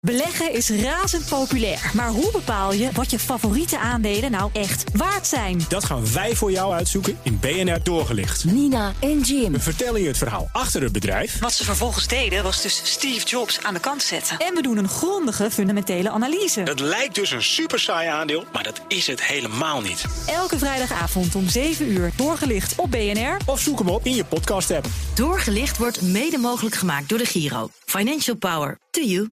Beleggen is razend populair. Maar hoe bepaal je wat je favoriete aandelen nou echt waard zijn? Dat gaan wij voor jou uitzoeken in BNR Doorgelicht. Nina en Jim. We vertellen je het verhaal achter het bedrijf. Wat ze vervolgens deden was dus Steve Jobs aan de kant zetten. En we doen een grondige fundamentele analyse. Het lijkt dus een super saai aandeel, maar dat is het helemaal niet. Elke vrijdagavond om 7 uur doorgelicht op BNR. Of zoek hem op in je podcast-app. Doorgelicht wordt mede mogelijk gemaakt door de Giro. Financial power to you.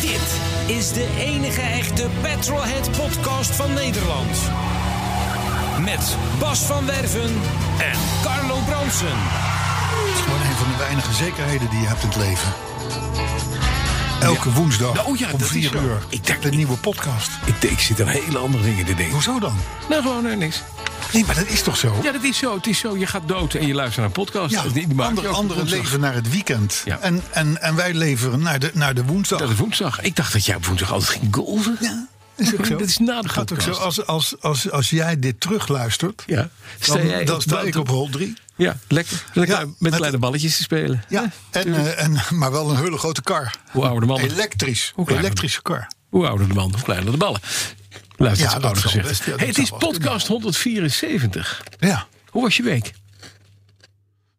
Dit is de enige echte Petrolhead podcast van Nederland. Met Bas van Werven en Carlo Bronsen. Het is gewoon een van de weinige zekerheden die je hebt in het leven. Elke woensdag Nou, oh ja, om dat is 4 zo. uur. Ik dacht- de nieuwe podcast. Ik, ik zit aan hele andere dingen te denken. Hoezo dan? Nou, gewoon nee, niks. Nee, maar dat is toch zo? Ja, dat is zo. Het is zo. Je gaat dood en je luistert naar een podcast. Ja, Dat is niet- die maak je andere, ook op anderen woensdag. leven naar het weekend. Ja. En, en, en wij leveren naar de, naar de woensdag. Dat is woensdag. Ik dacht dat jij op woensdag altijd ging golven. ja, is ook zo. Dat is na de Gaat ook zo. podcast. Als, als, als, als jij dit terugluistert, Ja. Sta dan, jij dan op- sta ik op hol 3. Ja, lekker. Met, Ja, klein- met met- kleine balletjes te spelen. Ja, en, eh, en, maar wel een hele grote kar. Hoe ouder de man. Elektrisch. Hoe kleiner. Elektrische kar. Hoe ouder de man, hoe kleiner de ballen. Luister, Ja, het dat oude zal gezegd. best, ja, dat Hey, het zou is wel kunnen. podcast 174. Ja. Hoe was je week?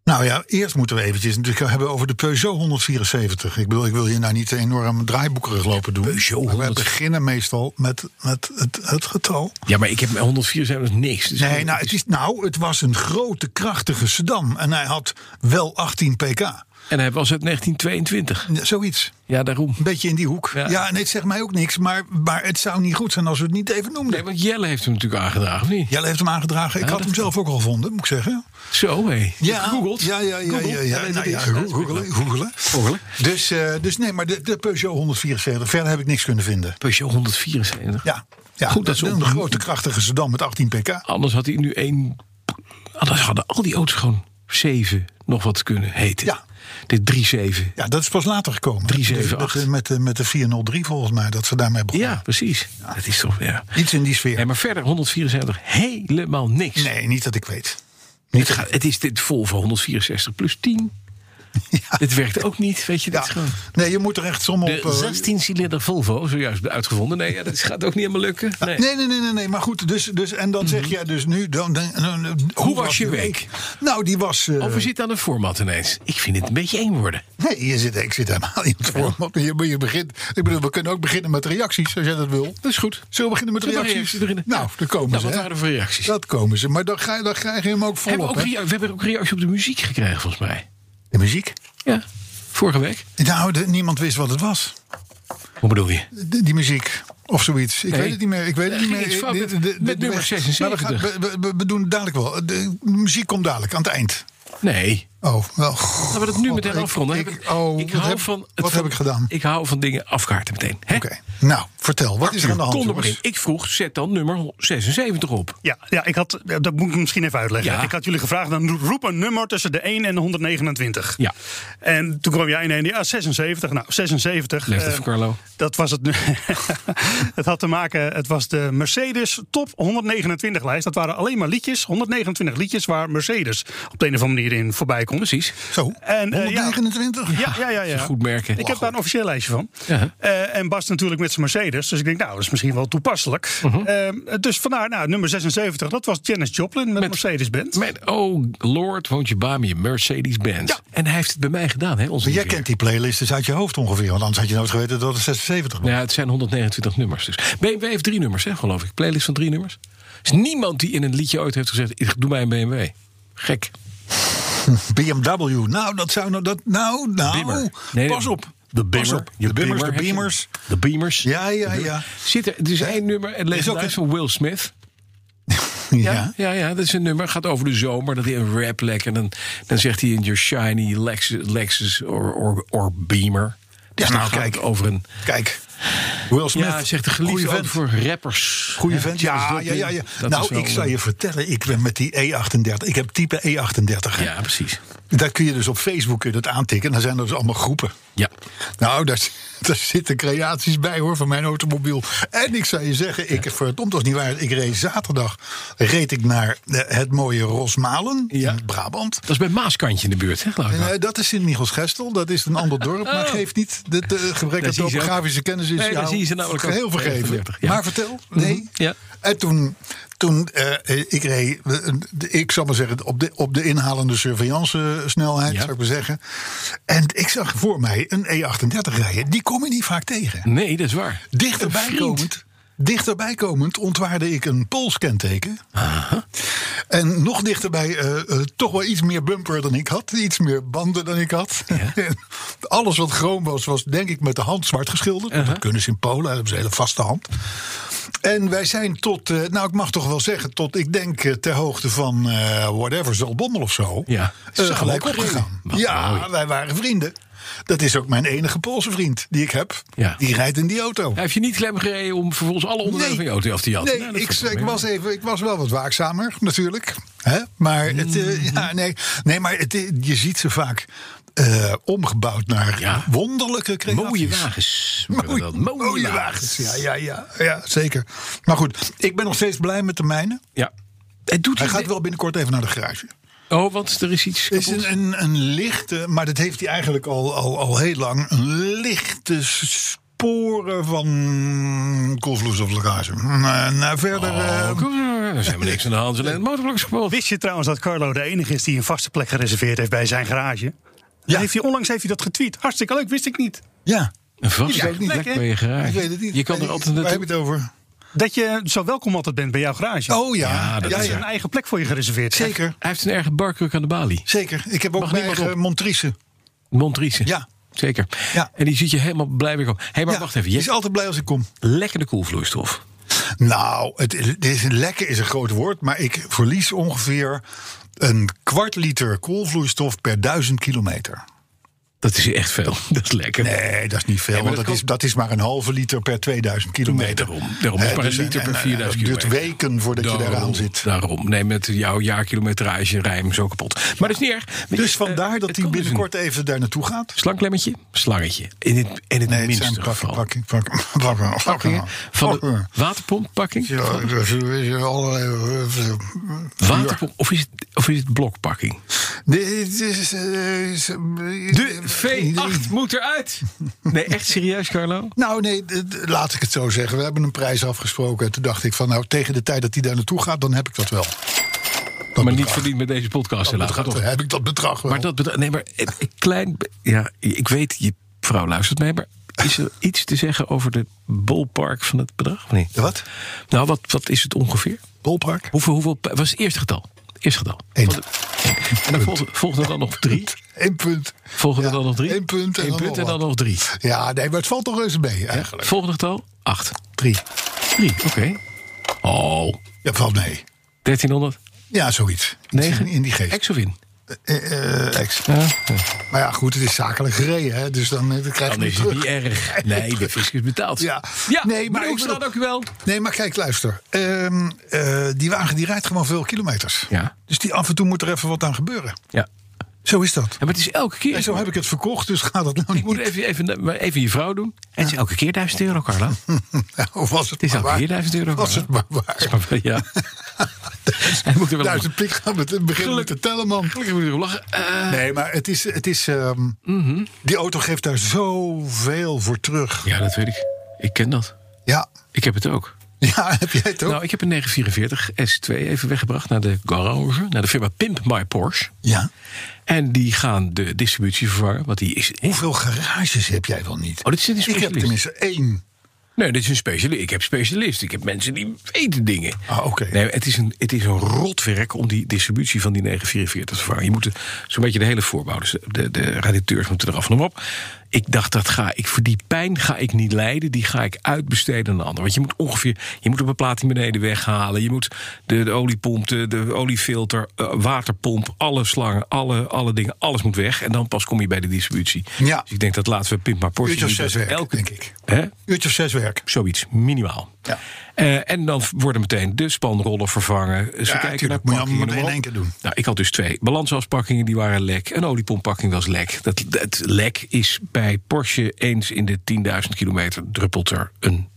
Nou ja, eerst moeten we eventjes natuurlijk hebben over de Peugeot 174. Ik bedoel, ik wil hier nou niet enorm draaiboekerig lopen doen. Peugeot maar wij 100. beginnen meestal met, met het, het getal. Ja, maar ik heb 104 zijn dat is niks. Dus Nee, nou het, is, nou, het was een grote, krachtige sedan. En hij had wel 18 pk. En hij was uit 1922. Zoiets. Ja, daarom. Een beetje in die hoek. Ja. Ja, nee, het zegt mij ook niks. Maar, maar het zou niet goed zijn als we het niet even noemden. Nee, want Jelle heeft hem natuurlijk aangedragen, of niet? Jelle heeft hem aangedragen. Ik Ja, had dat hem zelf ook al gevonden, moet ik zeggen. Zo, hé. Ja, Gegoogeld? Ja, ja, ja. Google? ja, Hij ja. weet Nou het ja, eerst. go- googelen, googelen. Googelen. Dus, eh, dus nee, maar de, de Peugeot 174. Verder heb ik niks kunnen vinden. Peugeot 174. Ja, ja Goed, dat is een ook- grote krachtige sedan met 18 pk. Anders had hij nu één... Anders hadden al die auto's gewoon 7 nog wat kunnen heten. Ja. Dit 37. Ja, dat is pas later gekomen. 378. Met, de- met, de- met de 403 volgens mij, dat ze daarmee begonnen. Ja, precies. Dat is toch, ja. Iets in die sfeer. Nee, maar verder 174 helemaal niks. Nee, niet dat ik weet. het, gaat, het is dit vol voor 164 plus 10. Dit werkt ook niet, weet je. Dit Ja. is gewoon... Nee, je moet er echt sommen op... De eh, 16-cilinder Volvo, zojuist uitgevonden. Nee, ja, dat gaat ook niet helemaal lukken. Nee. Mhm. Nee, nee, nee, nee, nee. Maar goed, dus, dus, en dan zeg jij dus nu... Dan, dan, dan- dan- Hoe was je de week? Nou, die was... eh, Of we zitten aan een format ineens. Ik vind het een beetje eng worden. Nee, je zit, ik zit nou helemaal in het format. Je, je begint, ik bedoel, we kunnen ook beginnen met reacties, als jij dat wil. Dat is goed. Zullen we beginnen met Zullen we reacties? reacties beginnen? Nou, daar komen Nou, ze. wat hè? waren er voor reacties? Dat komen ze. Maar dan, ga, je- dan krijg je hem ook volop. Hebben we, ook hè? rea- we hebben ook reactie op de muziek gekregen, volgens mij. De muziek? Ja, vorige week. Nou, de- niemand wist wat het was. Hoe bedoel je? De- die muziek. Of zoiets. Ik Nee. weet het niet meer. Ik weet Er het niet ging meer. iets fout met- De- de- de- met de nummer weg. 76. Maar we, gaan- we- we- we doen het dadelijk wel. De muziek komt dadelijk, aan het eind. Nee. Oh, wel. Laten we dat nu God, meteen ik- afronden. ik- oh, wat heb- het wat heb ik gedaan? Ik hou van dingen afkaarten meteen. hè? Oké. Nou, vertel. Wat is er aan de hand, Kon er maar in. jongens? Ik vroeg, zet dan nummer 76 op. Ja, ja, ik had, ja, dat moet ik misschien even uitleggen. Ja. Ik had jullie gevraagd, dan roep een nummer tussen de 1 en de 129. Ja. En toen kwam jij in en ja, 76. Nou, 76. Leg eh, het voor Carlo. dat was het. nu. het had te maken, het was de Mercedes Top 129 lijst. Dat waren alleen maar liedjes, 129 liedjes waar Mercedes op de een of andere manier in voorbij komt. Precies. Zo, En, eh, ja. 129? Ja, ja, ja. ja. is goed merken. Ik heb daar een officieel lijstje van. Ja. Eh, en Bas natuurlijk met zijn Mercedes. Dus ik denk, nou, dat is misschien wel toepasselijk. Eh, dus vandaar, nou, nummer 76, dat was Janis Joplin met, Met- Mercedes-Benz. Mijn, oh lord, woont je baan met je Mercedes-Benz. Ja. En hij heeft het bij mij gedaan, hè? Onze Maar jij lieve kent die playlist dus uit je hoofd ongeveer. Want anders had je nooit geweten dat het 76 was. Ja, het zijn 129 nummers. Dus. BMW heeft drie nummers, hè, geloof ik. Playlist van drie nummers. Er is niemand die in een liedje ooit heeft gezegd: "Ik Doe mij een BMW. Gek. BMW. Nou, dat zou nou... Dat, nou, nou. Bimmer. pas op. De Pas Bimmers. op. De Bimmers, de Beamers. De Beamers. Ja, ja, ja. Zit er, er is één nummer, het leest ook ook een- van Will Smith. Ja. ja, ja, dat is een nummer. Gaat over de zomer. Dat hij een rap lekt. En dan, dan zegt hij in your shiny Lexus, Lexus or, or, or Beamer. Dus dan nou, gaat het kijk. Over een. Kijk. Will Smith. Ja, zegt de Goeie geliefde ook vent. voor rappers. Goeie Hè, vent. Janis Ja, ja, Joplin. ja. ja. Dat is Nou, wel ik een- zal je vertellen, ik ben met die E38. Ik heb type E E38. hè. Ja, precies. Daar kun je dus op Facebook kun je dat aantikken. Dan zijn er dus allemaal groepen. Ja. Nou, daar, daar zitten creaties bij hoor van mijn automobiel. En ik zou je zeggen, ik, verdomd als niet waar, ik reed zaterdag reed ik naar eh, het mooie Rosmalen Ja. in Brabant. Dat is bij Maaskantje in de buurt, hè, geloof ik. En, eh, dat is Sint-Michels-Gestel, dat is een ander dorp, maar Oh. geeft niet. De, de gebrek Daar aan zie je ze ook. topografische kennis is Nee, daar jou zie je ze namelijk ook. geheel vergeven. 39, ja. Mhm. Maar vertel, nee. ja. En toen, toen eh, eh, ik reed, eh, de- ik zal maar zeggen, op de, op de inhalende surveillance snelheid, Ja. zou ik maar zeggen. En ik zag voor mij een E38 rijden. Die kom je niet vaak tegen. Nee, dat is waar. Dichterbij Vriend. komend, dichterbij komend ontwaarde ik een Pools kenteken. En nog dichterbij eh, eh, toch wel iets meer bumper dan ik had. Iets meer banden dan ik had. En Alles wat groen was, was denk ik met de hand zwart geschilderd. Want Dat kunnen ze in Polen, hebben ze een hele vaste hand. En wij zijn tot, eh, nou ik mag toch wel zeggen, tot ik denk eh, ter hoogte van eh whatever, Zalbommel of zo. Ja. eh, Zo gelijk opgereden. opgegaan. Wat Ja, mooi. wij waren vrienden. Dat is ook mijn enige Poolse vriend die ik heb. Ja. Die rijdt in die auto. Hij heeft je niet klem gereden om vervolgens alle onderdelen van je auto af te jatten. Nee, Nou, dat ik, valt wel ik, mee. was even, ik was wel wat waakzamer, natuurlijk. Hè? Maar, het, eh, Mm-hmm. ja, nee, nee, maar het, je ziet ze vaak eh, omgebouwd naar Ja. wonderlijke creaties. Mooie wagens. Mooie, mooie wagens. Ja, ja, ja, ja, zeker. Maar goed, ik ben nog steeds blij met de mijne. Ja. Het doet Hij iets- gaat wel binnenkort even naar de garage. Oh, want er is iets. Het is kapot. een, een, een lichte, maar dat heeft hij eigenlijk al, al, al heel lang. Een lichte s- sporen van koolvloes of lekkage. Nou, nou, verder... eh, Oh, kom maar, er is helemaal niks aan de hand. Alleen het motorblok is kapot. Wist je trouwens dat Carlo de enige is die een vaste plek gereserveerd heeft bij zijn garage? Ja. Heeft hij, onlangs heeft hij dat getweet. Hartstikke leuk, wist ik niet. ja, Een vaste Ja, plek plek, bij hè? je garage. ik weet het niet. Je kan er Nee, altijd Waar heb naartoe. je het over? Dat je zo welkom altijd bent bij jouw garage. Oh ja, Ja, dat ja, dat is ja. een eigen plek voor je gereserveerd. zeker. Hij heeft een erge barkruk aan de balie. Zeker. Ik heb ook Mag mijn niemand eigen Montrice. Montrice. Ja. Zeker. Ja. En die ziet je helemaal blij weer komen. Hé, maar Ja, wacht even. die Je is altijd blij als ik kom. lekkere koelvloeistof. Nou, het, het is een lekker is een groot woord, maar ik verlies ongeveer een kwart liter koolvloeistof per duizend kilometer. Dat is echt veel. Dat is lekker. Nee, dat is niet veel, Nee, maar want dat, dat is, dat is maar een halve liter per 2000 kilometer. Nee, daarom. Daarom is Eh, maar een dus- liter en- per en- en 4000 Het duurt kilometer. weken voordat je daaraan zit. Daarom. Nee, met jouw jaarkilometrage rijm zo kapot. Maar dat is niet erg. Eh, Dus vandaar dat hij die binnenkort even daar naartoe gaat. Slangklemmetje, slangetje. In het, in het Nee, het zijn minste pakken, geval. pakken, pakken, pakken, pakken. Van de pakken. waterpomppakking? Ja, dat is- dat is allerlei- eh, Waterpomp, of, is het, of is het blokpakking? Dit is. eh, is, eh, De geen idee. V8 moet eruit. Nee, echt serieus, Carlo? Nou, nee, d- d- laat ik het zo zeggen. We hebben een prijs afgesproken. En toen dacht ik van, nou, tegen de tijd dat hij daar naartoe gaat, dan heb ik dat wel. Dat maar niet bedrag. verdiend met deze podcast. Dat helaas. bedrag, Gaat Dan toch? heb ik dat bedrag wel. Maar dat bedrag. Nee, maar een klein. be- Ja, ik weet, je vrouw luistert mee, maar is er iets te zeggen over de bolpark van het bedrag? Of niet? De wat? Nou, wat, wat is het ongeveer? Bolpark? Hoeveel, hoeveel was het eerste getal? Eerste getal. Eén. Van de- En dan volgde, volgde dan nog drie. Eén punt. Volgende Ja, dan nog drie. één punt en Eén dan punt nog en dan wat. nog drie. Ja, nee, maar het valt toch reuze mee, eigenlijk. Volgende getal? Acht. Drie. Drie, oké. Oh, Ja, valt mee. 1300. Ja, zoiets. Iets Negen. In, in die geest. Ex of in? Eh, eh, ex. Ja. Maar ja, goed, het is zakelijk gereden, hè, dus dan, eh, dan krijg je Dan het is het terug. niet erg. Nee, de fiscus is betaald. Ja. ja Nee, maar bedoel, ik dan bedoel- ook wel. Nee, maar kijk, luister. Ehm, eh, die wagen die rijdt gewoon veel kilometers. Ja. Dus die af en toe moet er even wat aan gebeuren. Ja. Zo is dat. Ja, maar het is elke keer. En zo heb ik het verkocht, dus gaat dat nou Ik niet. moet even, even, maar even je vrouw doen. En het is elke keer 1000 euro, Carla. Of was het, Het is maar elke waar? keer 1000 euro. Was Carla. het maar waar. Nou, Ja. Hij moet er wel om- Duizend pik gaan met het begin met te tellen, man. Gelukkig moet ik erop lachen. Eh, Nee, maar het is. Het is ehm, Mhm. Die auto geeft daar zoveel voor terug. ja, dat weet ik. Ik ken dat. Ja. Ik heb het ook. Ja, heb jij het ook? Nou, ik heb een 944 S2 even weggebracht naar de garage. Naar de firma Pimp My Porsche. ja. En die gaan de distributie vervangen. Want die is... Hoeveel garages heb jij wel niet? Oh, dit is een ik heb specialist. tenminste één. Nee, dit is een specialist. Ik heb specialist. Ik heb mensen die weten dingen. Ah, oké. Nee, het is, een, het is een rotwerk om die distributie van die 944 te vervangen. Je moet de- zo'n beetje de hele voorbouw. Dus de, de raditeurs moeten eraf en op. Ik dacht, dat ga ik voor die pijn ga ik niet lijden. Die ga ik uitbesteden aan de ander. Want je moet ongeveer. Je moet de beplating beneden weghalen. Je moet de, de oliepomp, de, de oliefilter, eh, waterpomp, alle slangen, alle, alle dingen. Alles moet weg. En dan pas kom je bij de distributie. Ja. Dus ik denk dat laten we Pimp maar Porsche. Uurtje of doen, dat zes werk, elke- denk ik. Hè? Uurtje of zes werk. Zoiets, minimaal. Ja. Eh, en dan worden meteen de spanrollen vervangen. Ze kijken naar tuurlijk, moet je allemaal pakkingen, meteen noem maar in één op. keer doen. Nou, ik had dus twee balansafpakkingen, die waren lek. Een oliepomppakking was lek. Dat, dat lek is bij bij Porsche eens in de 10.000 kilometer druppelt er een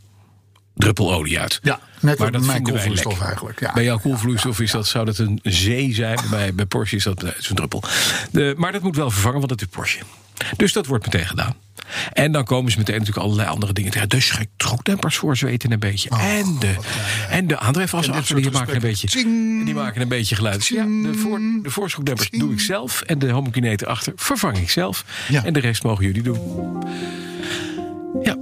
druppel olie uit. Ja, net maar als dat mijn vinden wij koelvloeistof lekker. eigenlijk, ja. Bij jouw koelvloeistof is dat, zou dat een zee zijn. Bij, bij Porsche is dat eh, is een druppel. De, maar dat moet wel vervangen, want dat is Porsche. Dus dat wordt meteen gedaan. En dan komen ze meteen natuurlijk allerlei andere dingen tegen. De schokdempers voor zweten een beetje. Oh, en de, en de aandrijfasachter, die soort maken een beetje, gesprekken. Tsing. die maken een beetje geluid. Dus ja, de, voor, de voorschokdempers doe ik zelf. En de homokineet achter vervang ik zelf. Ja. En de rest mogen jullie doen. Ja,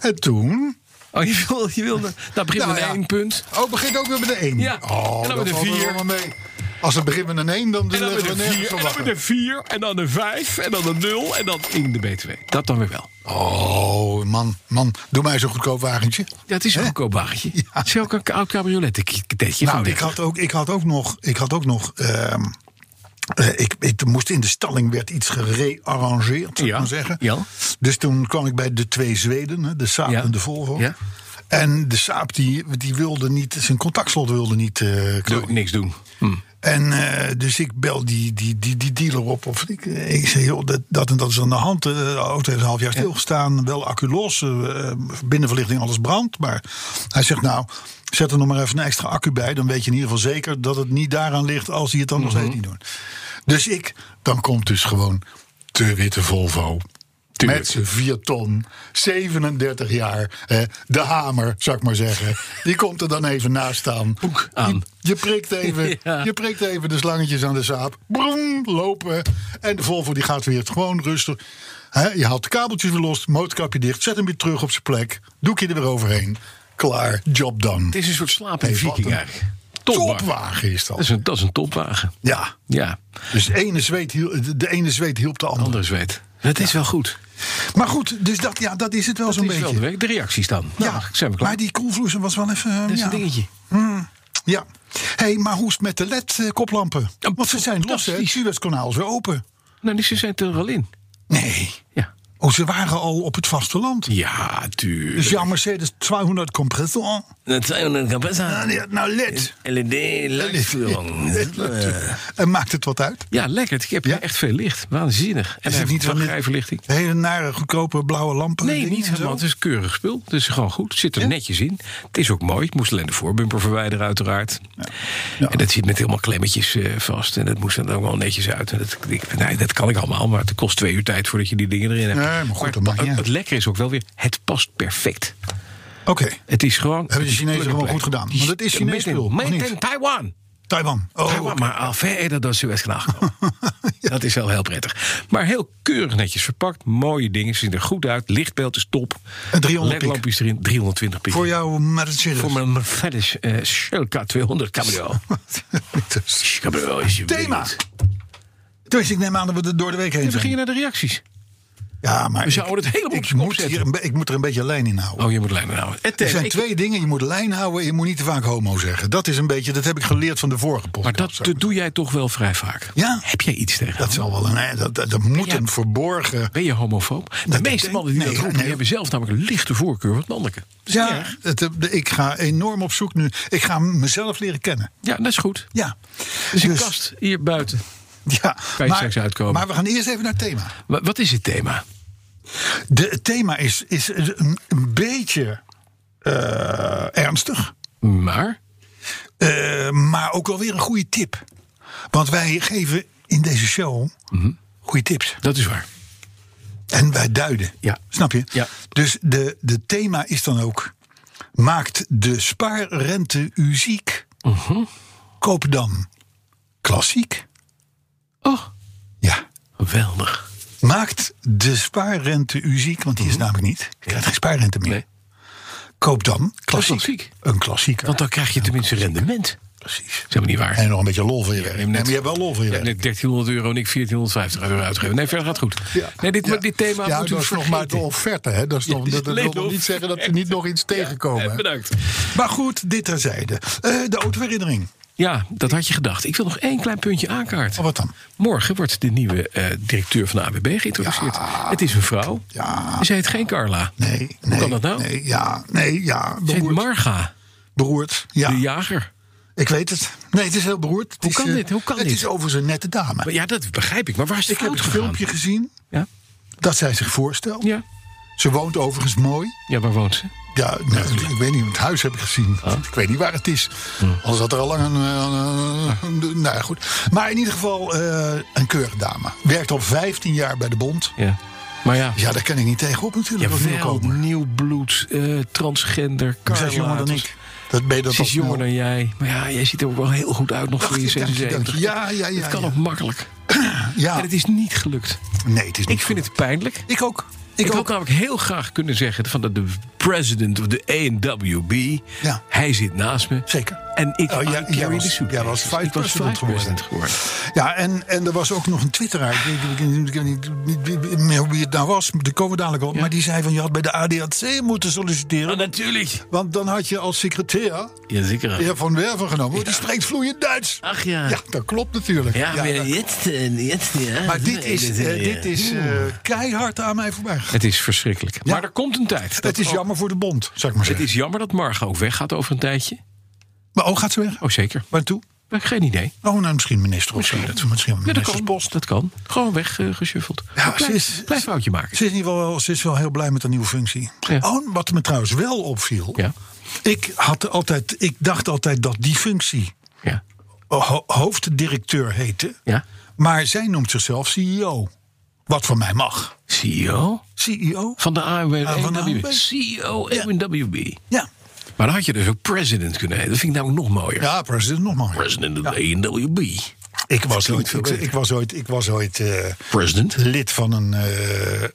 En toen... Oh, je wilde. Je wilde nou, begin Nou met ja. één punt. Oh, begint ook weer met een 1. Ja, Oh, en dan dat met een valt er vier. allemaal mee. Als het begint met een 1, dan En dan leggen met we een nergens van 4, en dan met wakker. een 4, en dan een 5, en dan een 0, en dan in de BTW. Dat dan weer wel. Oh, man, man. Doe mij zo'n goedkoop wagentje. Dat is een goedkoop wagentje. Het is ook een oud cabriolettenkitetje van Nou, ik dit. had ook, ik had ook nog... Ik had ook nog ehm, eh, ik, ik moest in de stalling werd iets gerearrangeerd, zou ik Ja, maar zeggen. ja. Dus toen kwam ik bij de twee Zweden, hè, de Saab Ja, en de Volvo. ja. En de Saab die, die wilde niet, zijn contactslot wilde niet eh, Doe, klooien. niks doen. En eh, dus ik bel die, die, die, die dealer op. Of ik, ik zeg, joh, dat, dat en dat is aan de hand. Eh, De auto heeft een half jaar stilgestaan. Wel accu los. eh, eh, binnenverlichting, alles brandt. Maar hij zegt, nou, zet er nog maar even een extra accu bij. Dan weet je in ieder geval zeker dat het niet daaraan ligt... als hij het dan nog steeds niet doet. Dus ik, dan komt dus gewoon de witte Volvo... Met zijn 4 ton, 37 jaar, hè, de hamer, zou ik maar zeggen. Die komt er dan even naast staan. Boek aan. Je prikt even, Ja. je prikt even de slangetjes aan de saap. Broem, lopen. En de Volvo die gaat weer gewoon rustig. Hè, je haalt de kabeltjes weer los, motorkapje dicht. Zet hem weer terug op zijn plek. Doekje er weer overheen. Klaar, job done. Het is een soort slapende Hey, wat viking een eigenlijk. Topwagen. Topwagen is Dat dat. is een, dat is een topwagen. Ja, Ja, dus de ene zweet, hiel- de- de ene zweet hielp de andere. anders weet. Dat is wel goed. Maar goed, dus dat, ja, dat is het wel Dat zo'n is wel de, beetje. weg. de reacties dan. Nou, ja, zijn we klaar. maar die koelvloeister was wel even... eh, dat is ja. een dingetje. Ja. hey, maar hoe is het met de LED-koplampen? Ja, Want ze zijn los, hè? Het fantastisch. Suezkanaal is weer open. Nou, die- ze zijn er al in. Nee. Ja. Oh, ze waren al op het vasteland. Ja, tuurlijk. Dus ja, Mercedes 200 compressor. Dat zijn een Ah, die had Nou, E LED. E LED-lichtvuring. En maakt het wat uit? Ja, lekker. Ik heb Ja? echt veel licht. Waanzinnig. En Is hij het heeft niet van dit- dagrijverlichting. Hele nare, goedkope blauwe lampen? Nee, dingen niet en zo? helemaal. Het is keurig spul. Het is gewoon goed. Het zit er netjes in. Het is ook mooi. Ik moest alleen de voorbumper verwijderen, uiteraard. En dat zit met helemaal klemmetjes eh, vast. En dat moest dan ook wel netjes uit. En dat, ik, nee, dat kan ik allemaal, maar het kost twee uur tijd voordat je die dingen erin hebt. Nee, maar goed, dat het, maakt pa- niet het uit. lekker is ook wel weer, het past perfect. Oké, Het is gewoon... de het is Chinezen plug and gewoon play. goed gedaan? Want het is Die- Chinees made in- spul, of Made niet? in Taiwan. Taiwan. Oh, Taiwan, oké. maar al ver eerder dan Suezkanaal gekomen. Dat is wel heel prettig. Maar heel keurig netjes verpakt. Mooie dingen. Ze zien er goed uit. Lichtbeeld is top. En 300 piek. LED-lampjes erin. 320 piek. Dus. Voor dus. jouw Mercedes. Voor mijn Mercedes eh Shellcat 200 cabrio. dus, cabrio is je Thema. weet. dus ik neem aan dat we er door de week heen En we zijn. gingen naar de reacties. Ja, maar We zouden het helemaal op ik, de kop moet hier zetten. een be- ik moet er een beetje lijn in houden. Oh, je moet lijnen houden. Het Er thema, zijn ik- twee dingen. Je moet lijn houden en je moet niet te vaak homo zeggen. Dat is een beetje, dat heb ik geleerd van de vorige Maar podcast. dat, zou ik dat doe jij toch wel vrij vaak. Ja. Heb jij iets tegen? Dat zal wel een. hè, Dat, dat, dat moet Ja. een verborgen. Ben je homofoob? De Dat meeste ik- mannen die nee, dat roepen, nee. die hebben zelf namelijk een lichte voorkeur voor het mannelijke. Ja, het, eh, de- ik ga enorm op zoek nu. Ik ga mezelf leren kennen. Ja, dat is goed. Ja. Dus een Dus- kast hier buiten. ja. je straks uitkomen. Maar we gaan eerst even naar het thema. Wa- Wat is het thema? De, het thema is, is een, een beetje eh, ernstig. Maar Eh, maar ook wel weer een goede tip. Want wij geven in deze show Mhm. goede tips. dat is waar. En wij duiden. Ja. Snap je? Ja. Dus de, de thema is dan ook... maakt de spaarrente u ziek? Koop dan klassiek. Oh, Ja. geweldig. Maakt de spaarrente u ziek? Want die is namelijk niet. Je krijgt geen spaarrente meer. Mhm. Nee. Koop dan klassiek. klassiek. Een klassieker. Want dan krijg je tenminste rendement. Precies. Zeg maar niet waar. En nog een beetje lol voor je werk. Je Nee, hebt net- maar je hebt wel lol voor je Je hebt werk. net 1300 euro en ik 1450 euro uitgegeven. Nee, verder gaat het goed. Nee, dit, maar dit thema ja, moet u dat is nog maar de vergeten. offerte. Hè? Dat, is Ja, nog, dit is dat, dat alleen wil de nog niet offerte. zeggen dat er niet nog iets tegenkomen. Eh, hè. bedankt. Maar goed, dit terzijde. Eh, de autoherinnering. Ja, dat had je gedacht. Ik wil nog één klein puntje aankaarten. Oh, wat dan? Morgen wordt de nieuwe eh, directeur van de ABB geïntroduceerd. Het is een vrouw. Ja. Ze heet geen Carla. Nee, Hoe nee, kan dat nou? Nee, ja, nee, ja. Ze heet Beroerd. Marga, beroerd. Ja, de jager. ik weet het. Nee, het is heel beroerd. Het Hoe is, kan eh, dit? Hoe kan het dit? is overigens een nette dame. Maar ja, dat begrijp ik. Maar waar is het Ik heb fout het gegaan? filmpje gezien Ja? dat zij zich voorstelt. Ja. Ze woont overigens mooi. ja, waar woont ze? Ja, nou, ik weet niet, het huis heb ik gezien. Ik weet niet waar het is. Hm. Anders had er al lang een... eh, een- een- nou ja, goed. Maar in ieder geval eh, een keurige dame. Werkt al 15 jaar bij de bond. Ja. Maar ja, Ja, daar kan ik niet tegenop natuurlijk. als jawel, nieuwkomer. nieuw bloed, eh, transgender, Ze is jonger dan karlaters. ik. Dat ben je dat Ze is al jonger snel. dan jij. Maar ja, jij ziet er ook wel heel goed uit nog Dacht voor je ik, dank je, 76. dank je. Ja, ja, ja, Het kan ja. ook makkelijk. En Ja, het is niet gelukt. nee, het is niet Ik vind het pijnlijk. Ik ook. Ik, Ik, had ook. namelijk heel graag kunnen zeggen van de, de president of de A&WB. Ja. Hij zit naast me. Zeker. En ik Oh, I ja, carry jij the was- suitcase. jij was Ik vice president president geworden. Ja, en, en er was ook nog een twitteraar. Ik weet- ik weet- ik weet niet- ik weet niet meer hoe wie het nou was. maar Daar komen we dadelijk op. Maar die zei van, je had bij de ADAC moeten solliciteren. Ja, natuurlijk. Want dan had je als secretair Jazeker. heer Van Werven genomen. want Die spreekt vloeiend Duits. Ach ja. Ja, dat klopt natuurlijk. Ja, maar dat- jetzt, eh, jetzt, ja. maar dit is, eh, Ja. dit is eh, keihard aan mij voorbij gegaan. Het is verschrikkelijk. Maar er komt een tijd. dat Het is ook- jammer voor de bond, zou ik maar Het zeggen. is jammer dat Marga ook weggaat over een tijdje. Maar oh, gaat ze weg? Oh, zeker. Waartoe? Geen idee. Oh, nou, misschien minister of zo. Dat- Misschien Ja, dat minister. kan. Bos. Dat kan. Gewoon weggeschuffeld. Ja, ze klein, is- klein foutje maken. Ze is, in ieder geval wel, ze is wel heel blij met haar nieuwe functie. Ja. Oh, wat me trouwens wel opviel. Ja. Ik, had altijd, ik dacht altijd dat die functie eh, Ja. ho- hoofddirecteur heette. Ja. Maar zij noemt zichzelf CEO. Wat van mij mag. CEO CEO? E van de AMW. Ah, van de AMW. AMW. CEO AMWB. Ja. Maar dan had je dus ook president kunnen heten. Dat vind ik nou nog mooier. Ja, president nog maar. President of AMWB. Ik was klinkt ooit, veel ik, beter. ik was ooit, ik was ooit eh, President. lid van een eh, eh,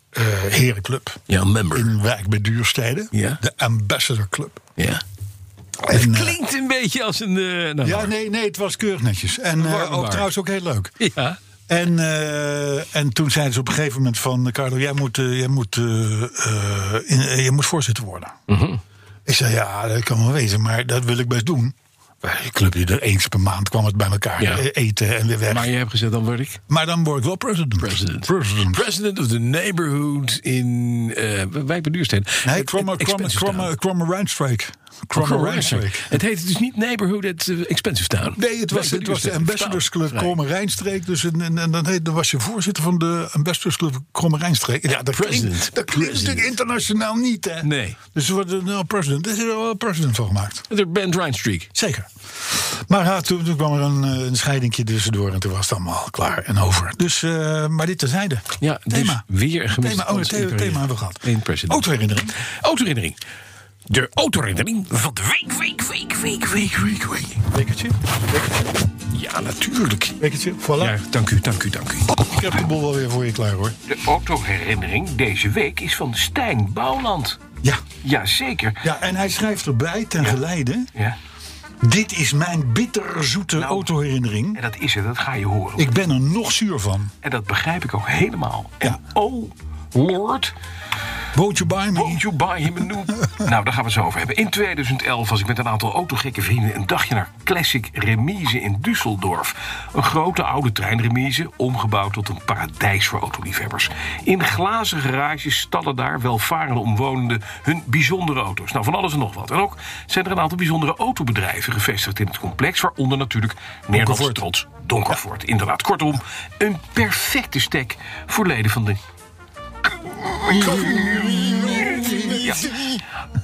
herenclub. Ja, member. In Wijk bij Duurstede. Ja. De Ambassador Club. Ja. En, eh, Klinkt een beetje als een... eh, nou, ja, nee, nee, het was keurig netjes. En eh, warme ook, bar. trouwens ook heel leuk. ja. En, eh, en toen zeiden ze op een gegeven moment van... Carlo, jij moet, eh, jij moet, eh, eh, in- eh, jij moet voorzitter worden. Mhm. Ik zei, ja, dat kan wel wezen, maar dat wil ik best doen. Wij clubje er eens per maand kwam het bij elkaar. Ja. eh, Eten en weer weg. Maar Maar, je hebt gezegd, dan word ik... dan word ik wel president. President. President. President of the neighborhood in eh Wijk bij Duurstede. Nee, Het- Cromer- het Cromer- Expensive Cromer- Town. Oh, Cromer Rijnstreek. Cromer Cromer Rijnswijk. Rijnstreek. Het heette dus niet neighborhood, het eh, Expensive Town. Nee, het Wijk bij was, het was de Duurstede. Ambassadors Club Vrij. Kromme Rijnstreek. Dus en, en, en dan, heet, dan was je voorzitter van de Ambassadors Club Kromme Rijnstreek. Ja, dat President. klinkt, dat klinkt President. natuurlijk internationaal niet, hè? Nee. Dus we worden nou president. Er is er wel een president van gemaakt. De band Rijnstreek. Zeker. Maar ja, toen, toen kwam er een, eh, een scheidingje tussendoor en toen was het allemaal klaar en over. Dus, eh, maar dit terzijde. Ja, dus thema. weer een gemiste thema. Oh, kans het thema, in thema hebben we carrière. gehad. Eén president. Autoherinnering. Autoherinnering. De autoherinnering van de week, week, week, week, week, week, week. Bekertje. Ja, natuurlijk. Bekertje. Voilà. Ja, dank u, dank u, dank u. Ik heb de boel wel weer voor je klaar, hoor. De autoherinnering deze week is van Stijn Bouwland. Ja. Jazeker. Ja, en hij schrijft erbij ten geleide... Ja, Nou. Dit is mijn bitterzoete autoherinnering. en dat is het, dat ga je horen. Ik ben er nog zuur van. En dat begrijp ik ook helemaal. En Ja. oh, Lord, Won't you buy me? won't you buy him a new... nou, daar gaan we het zo over hebben. In 2011 was ik met een aantal autogekke vrienden... een dagje naar Classic Remise in Düsseldorf. Een grote oude treinremise, omgebouwd tot een paradijs voor autoliefhebbers. In glazen garages stallen daar welvarende omwonenden... hun bijzondere auto's. Nou, van alles en nog wat. En ook zijn er een aantal bijzondere autobedrijven gevestigd in het complex... waaronder natuurlijk Nederlands trots Donkervoort. Inderdaad, kortom, een perfecte stek voor leden van de ja.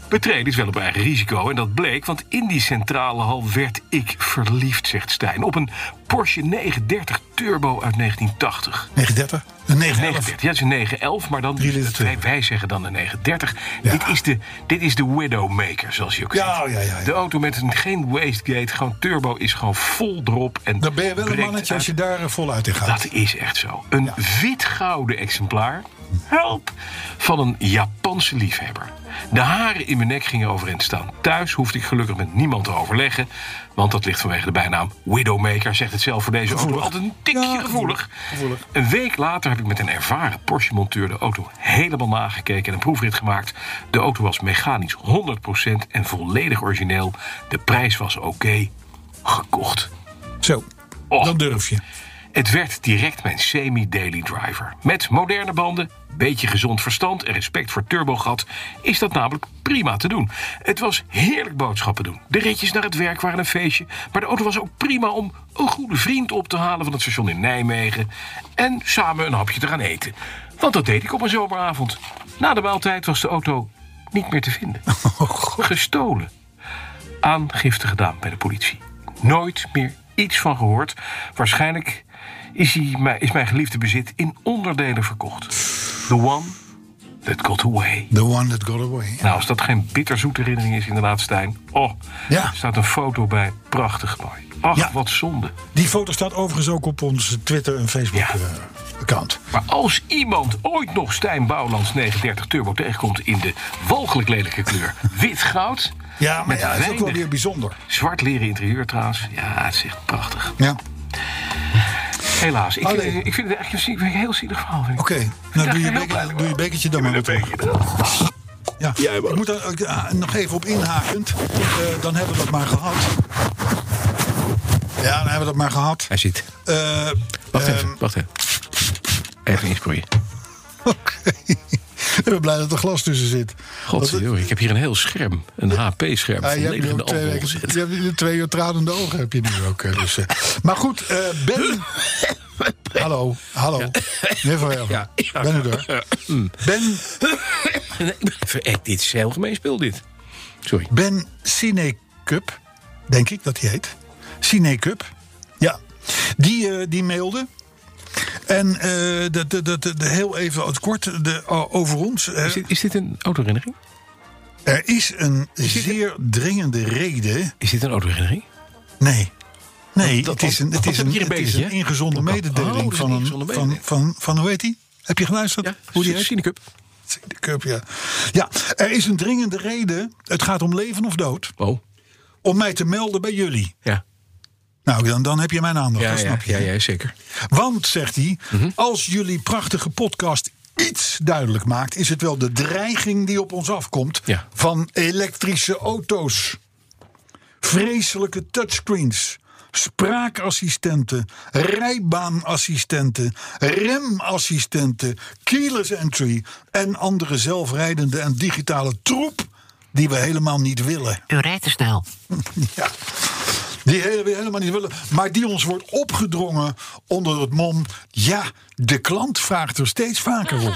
Betreden is wel op eigen risico en dat bleek, want in die centrale hal werd ik verliefd, zegt Stijn. Op een Porsche 930 Turbo uit 1980. 930? Eh, 911. 930, ja, het is een 911, maar dan Drie liter turbo. wij, wij zeggen dan een 930. Ja. Dit, is de, dit is de Widowmaker, zoals je ook Ja, zegt. ja, ja, ja. De auto met een, geen wastegate, gewoon turbo is gewoon vol drop. En Dan ben je wel een breekt mannetje als uit. je daar eh, voluit in gaat. Dat is echt zo. Een wit-gouden exemplaar. Help! Van een Japanse liefhebber. De haren in mijn nek gingen overeind staan. Thuis hoefde ik gelukkig met niemand te overleggen. Want dat ligt vanwege de bijnaam Widowmaker. Zegt het zelf voor deze auto altijd een tikje Ja, gevoelig. gevoelig. Een week later heb ik met een ervaren Porsche-monteur de auto helemaal nagekeken en een proefrit gemaakt. De auto was mechanisch 100% en volledig origineel. De prijs was oké. Gekocht. Zo. Oh. Dan durf je. Het werd direct mijn semi-daily driver. Met moderne banden, beetje gezond verstand en respect voor turbogat is dat namelijk prima te doen. Het was heerlijk boodschappen doen. De ritjes naar het werk waren een feestje, maar de auto was ook prima om een goede vriend op te halen van het station in Nijmegen en samen een hapje te gaan eten. Want dat deed ik op een zomeravond. Na de maaltijd was de auto niet meer te vinden. Gestolen aangifte gedaan bij de politie. Nooit meer iets van gehoord. Waarschijnlijk is, hij, mij- is mijn geliefde bezit in onderdelen verkocht. The one that got away. The one that got away. Nou, als dat geen bitterzoete herinnering is, inderdaad, Stijn. Oh, Ja. er staat een foto bij. Prachtig mooi. Ach, Ja. wat zonde. Die foto staat overigens ook op ons Twitter en Facebook Ja. eh, account. Maar als iemand ooit nog Stijn Bouwlands 39 Turbo tegenkomt... in de walgelijk lelijke kleur wit-goud... Ja, maar met ja, dat is ook wel weinig weer bijzonder. zwart leren interieur trouwens. Ja, het is echt prachtig. Ja, Helaas. Ik, Allee. vind, ik vind het echt een, ziek- een heel zielig verhaal. vind ik. oké. Nou, doe je, beker, doe je bekertje dan maar weer terug. Ja. Ik moet daar ook, ah, nog even op inhakend. Eh, dan hebben we dat maar gehad. Ja, dan hebben we dat maar gehad. Hij zit. Eh, Wacht ehm, even, wacht even. Even insproeien. Oké. Ik ben blij dat er glas tussen zit. God, Dat- joh, ik heb hier een heel scherm. Een HP-scherm. Ja, je hebt volledig nu in de ook twee, alcohol weken- gezet. je hebt nu twee uur tranende ogen heb je nu ook. eh, Dus, eh. Maar goed, eh, Ben... hallo, hallo. Never ever. Ja. Ja. Ben er door. Ben, Nee, even, eh, dit is heel gemeen speel, dit. Sorry. ben Cinecup, denk ik dat hij heet. Cinecup, ja. Die, eh, die mailde... En eh, dat, dat, dat, dat- heel even het kort de, o- over ons. eh, Is dit, is dit een autoherinnering? er is een zeer dringende reden Is dit een autoherinnering? Nee. Nee, Dat- het is een, dat- het is dat een, heb je een het is beetje, een hè? ingezonde Oh, dat is mededeling een van, een, ingezonde van, mededeling. van, van, hoe heet die? Heb je geluisterd? hoe die heet? Cinecup. De Cup, ja. ja, er is een dringende reden, het gaat om leven of dood, Oh, om mij te melden bij jullie. ja. Nou, dan, dan heb je mijn aandacht, Ja, dat ja, snap je. ja, Mhm. ja, zeker. Want, zegt hij, als jullie prachtige podcast iets duidelijk maakt... is het wel de dreiging die op ons afkomt Ja. van elektrische auto's. Vreselijke touchscreens, spraakassistenten, rijbaanassistenten... remassistenten, keyless entry... en andere zelfrijdende en digitale troep die we helemaal niet willen. U rijdt te snel. Ja. Die hele- die helemaal niet willen. Maar die ons wordt opgedrongen onder het mom. Ja, de klant vraagt er steeds vaker om.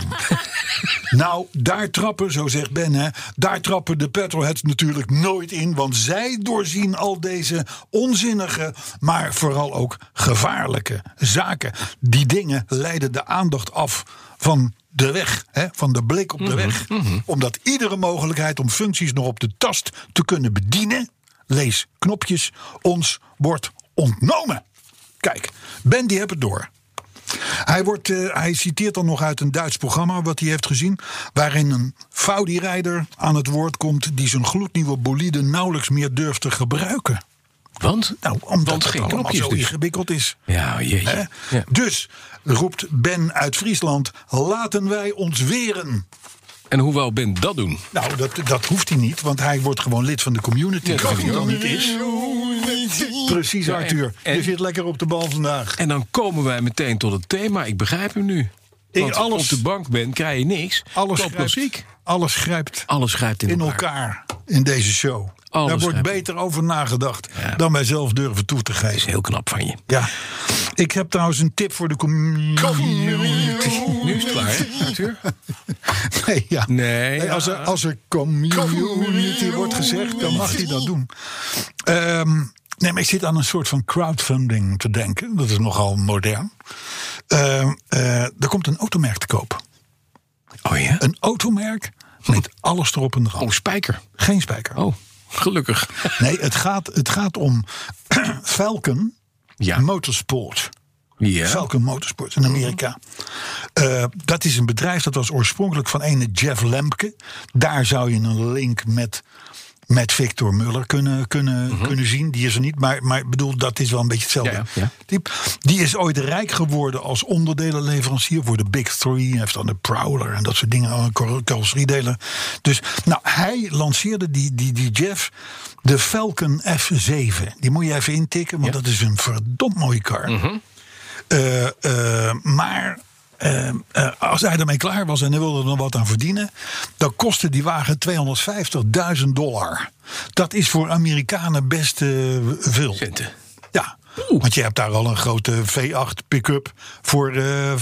nou, daar trappen, zo zegt Ben, hè, daar trappen de petrolheads natuurlijk nooit in. Want zij doorzien al deze onzinnige, maar vooral ook gevaarlijke zaken. Die dingen leiden de aandacht af van de weg, hè, van de blik op Mhm. de weg. Omdat iedere mogelijkheid om functies nog op de tast te kunnen bedienen, lees knopjes, ons wordt ontnomen. Kijk, Ben die hebt het door. Hij, wordt, eh, hij citeert dan nog uit een Duits programma wat hij heeft gezien. Waarin een Faudi-rijder aan het woord komt. die zijn gloednieuwe bolide nauwelijks meer durft te gebruiken. Want? Nou, omdat Want het geen allemaal knopjes zo dus. ingewikkeld is. Ja, jeetje. Hè? Ja. Dus roept Ben uit Friesland. laten wij ons weren. En hoe wou Ben dat doen? Nou, dat, dat hoeft hij niet, want hij wordt gewoon lid van de community. Ja, dat Als vind hij ik dan ook. niet is. Precies, Ja, en- Arthur. en- Je zit lekker op de bal vandaag. En dan komen wij meteen tot het thema. Ik begrijp hem nu. Ik- Want alles- op de bank bent, krijg je niks. Alles Koop grijpt, klassiek. alles grijpt Alles grijpt in, in elkaar in deze show. Alles Daar wordt grijpt. beter over nagedacht Ja. dan wij zelf durven toe te Dat is geven. heel knap van je. Ja. Ik heb trouwens een tip voor de community. Nu is het klaar, hè, Arthur? Nee, ja. Nee, Nee, als, er, als er community wordt gezegd, dan mag hij dat doen. Ehm, nee, maar ik zit aan een soort van crowdfunding te denken. Dat is nogal modern. Ehm, eh, er komt een automerk te koop. Oh ja? Een automerk met alles erop en Oh, eraan. spijker. Geen spijker. Oh, gelukkig. Nee, het gaat, het gaat om Falcon Ja. Motorsport. Ja. Falcon Motorsport in Amerika. Eh, dat is een bedrijf dat was oorspronkelijk van ene Jeff Lemke. Daar zou je een link met, met Victor Muller kunnen, kunnen, kunnen zien. Die is er niet, maar, maar ik bedoel, dat is wel een beetje hetzelfde. Ja, ja, ja. Type. Die is ooit rijk geworden als onderdelenleverancier voor de Big Three. Hij heeft dan de Prowler en dat soort dingen, allemaal kar- carrosseriedelen. Dus nou, hij lanceerde die, die, die Jeff de Falcon F7. Die moet je even intikken, want dat is een verdomd mooie kar. Eh, eh, maar eh, eh, als hij ermee klaar was en hij wilde er nog wat aan verdienen, dan kostte die wagen 250.000 dollar. Dat is voor Amerikanen best eh, veel. Centen. Ja. Want je hebt daar al een grote V8 pick-up voor eh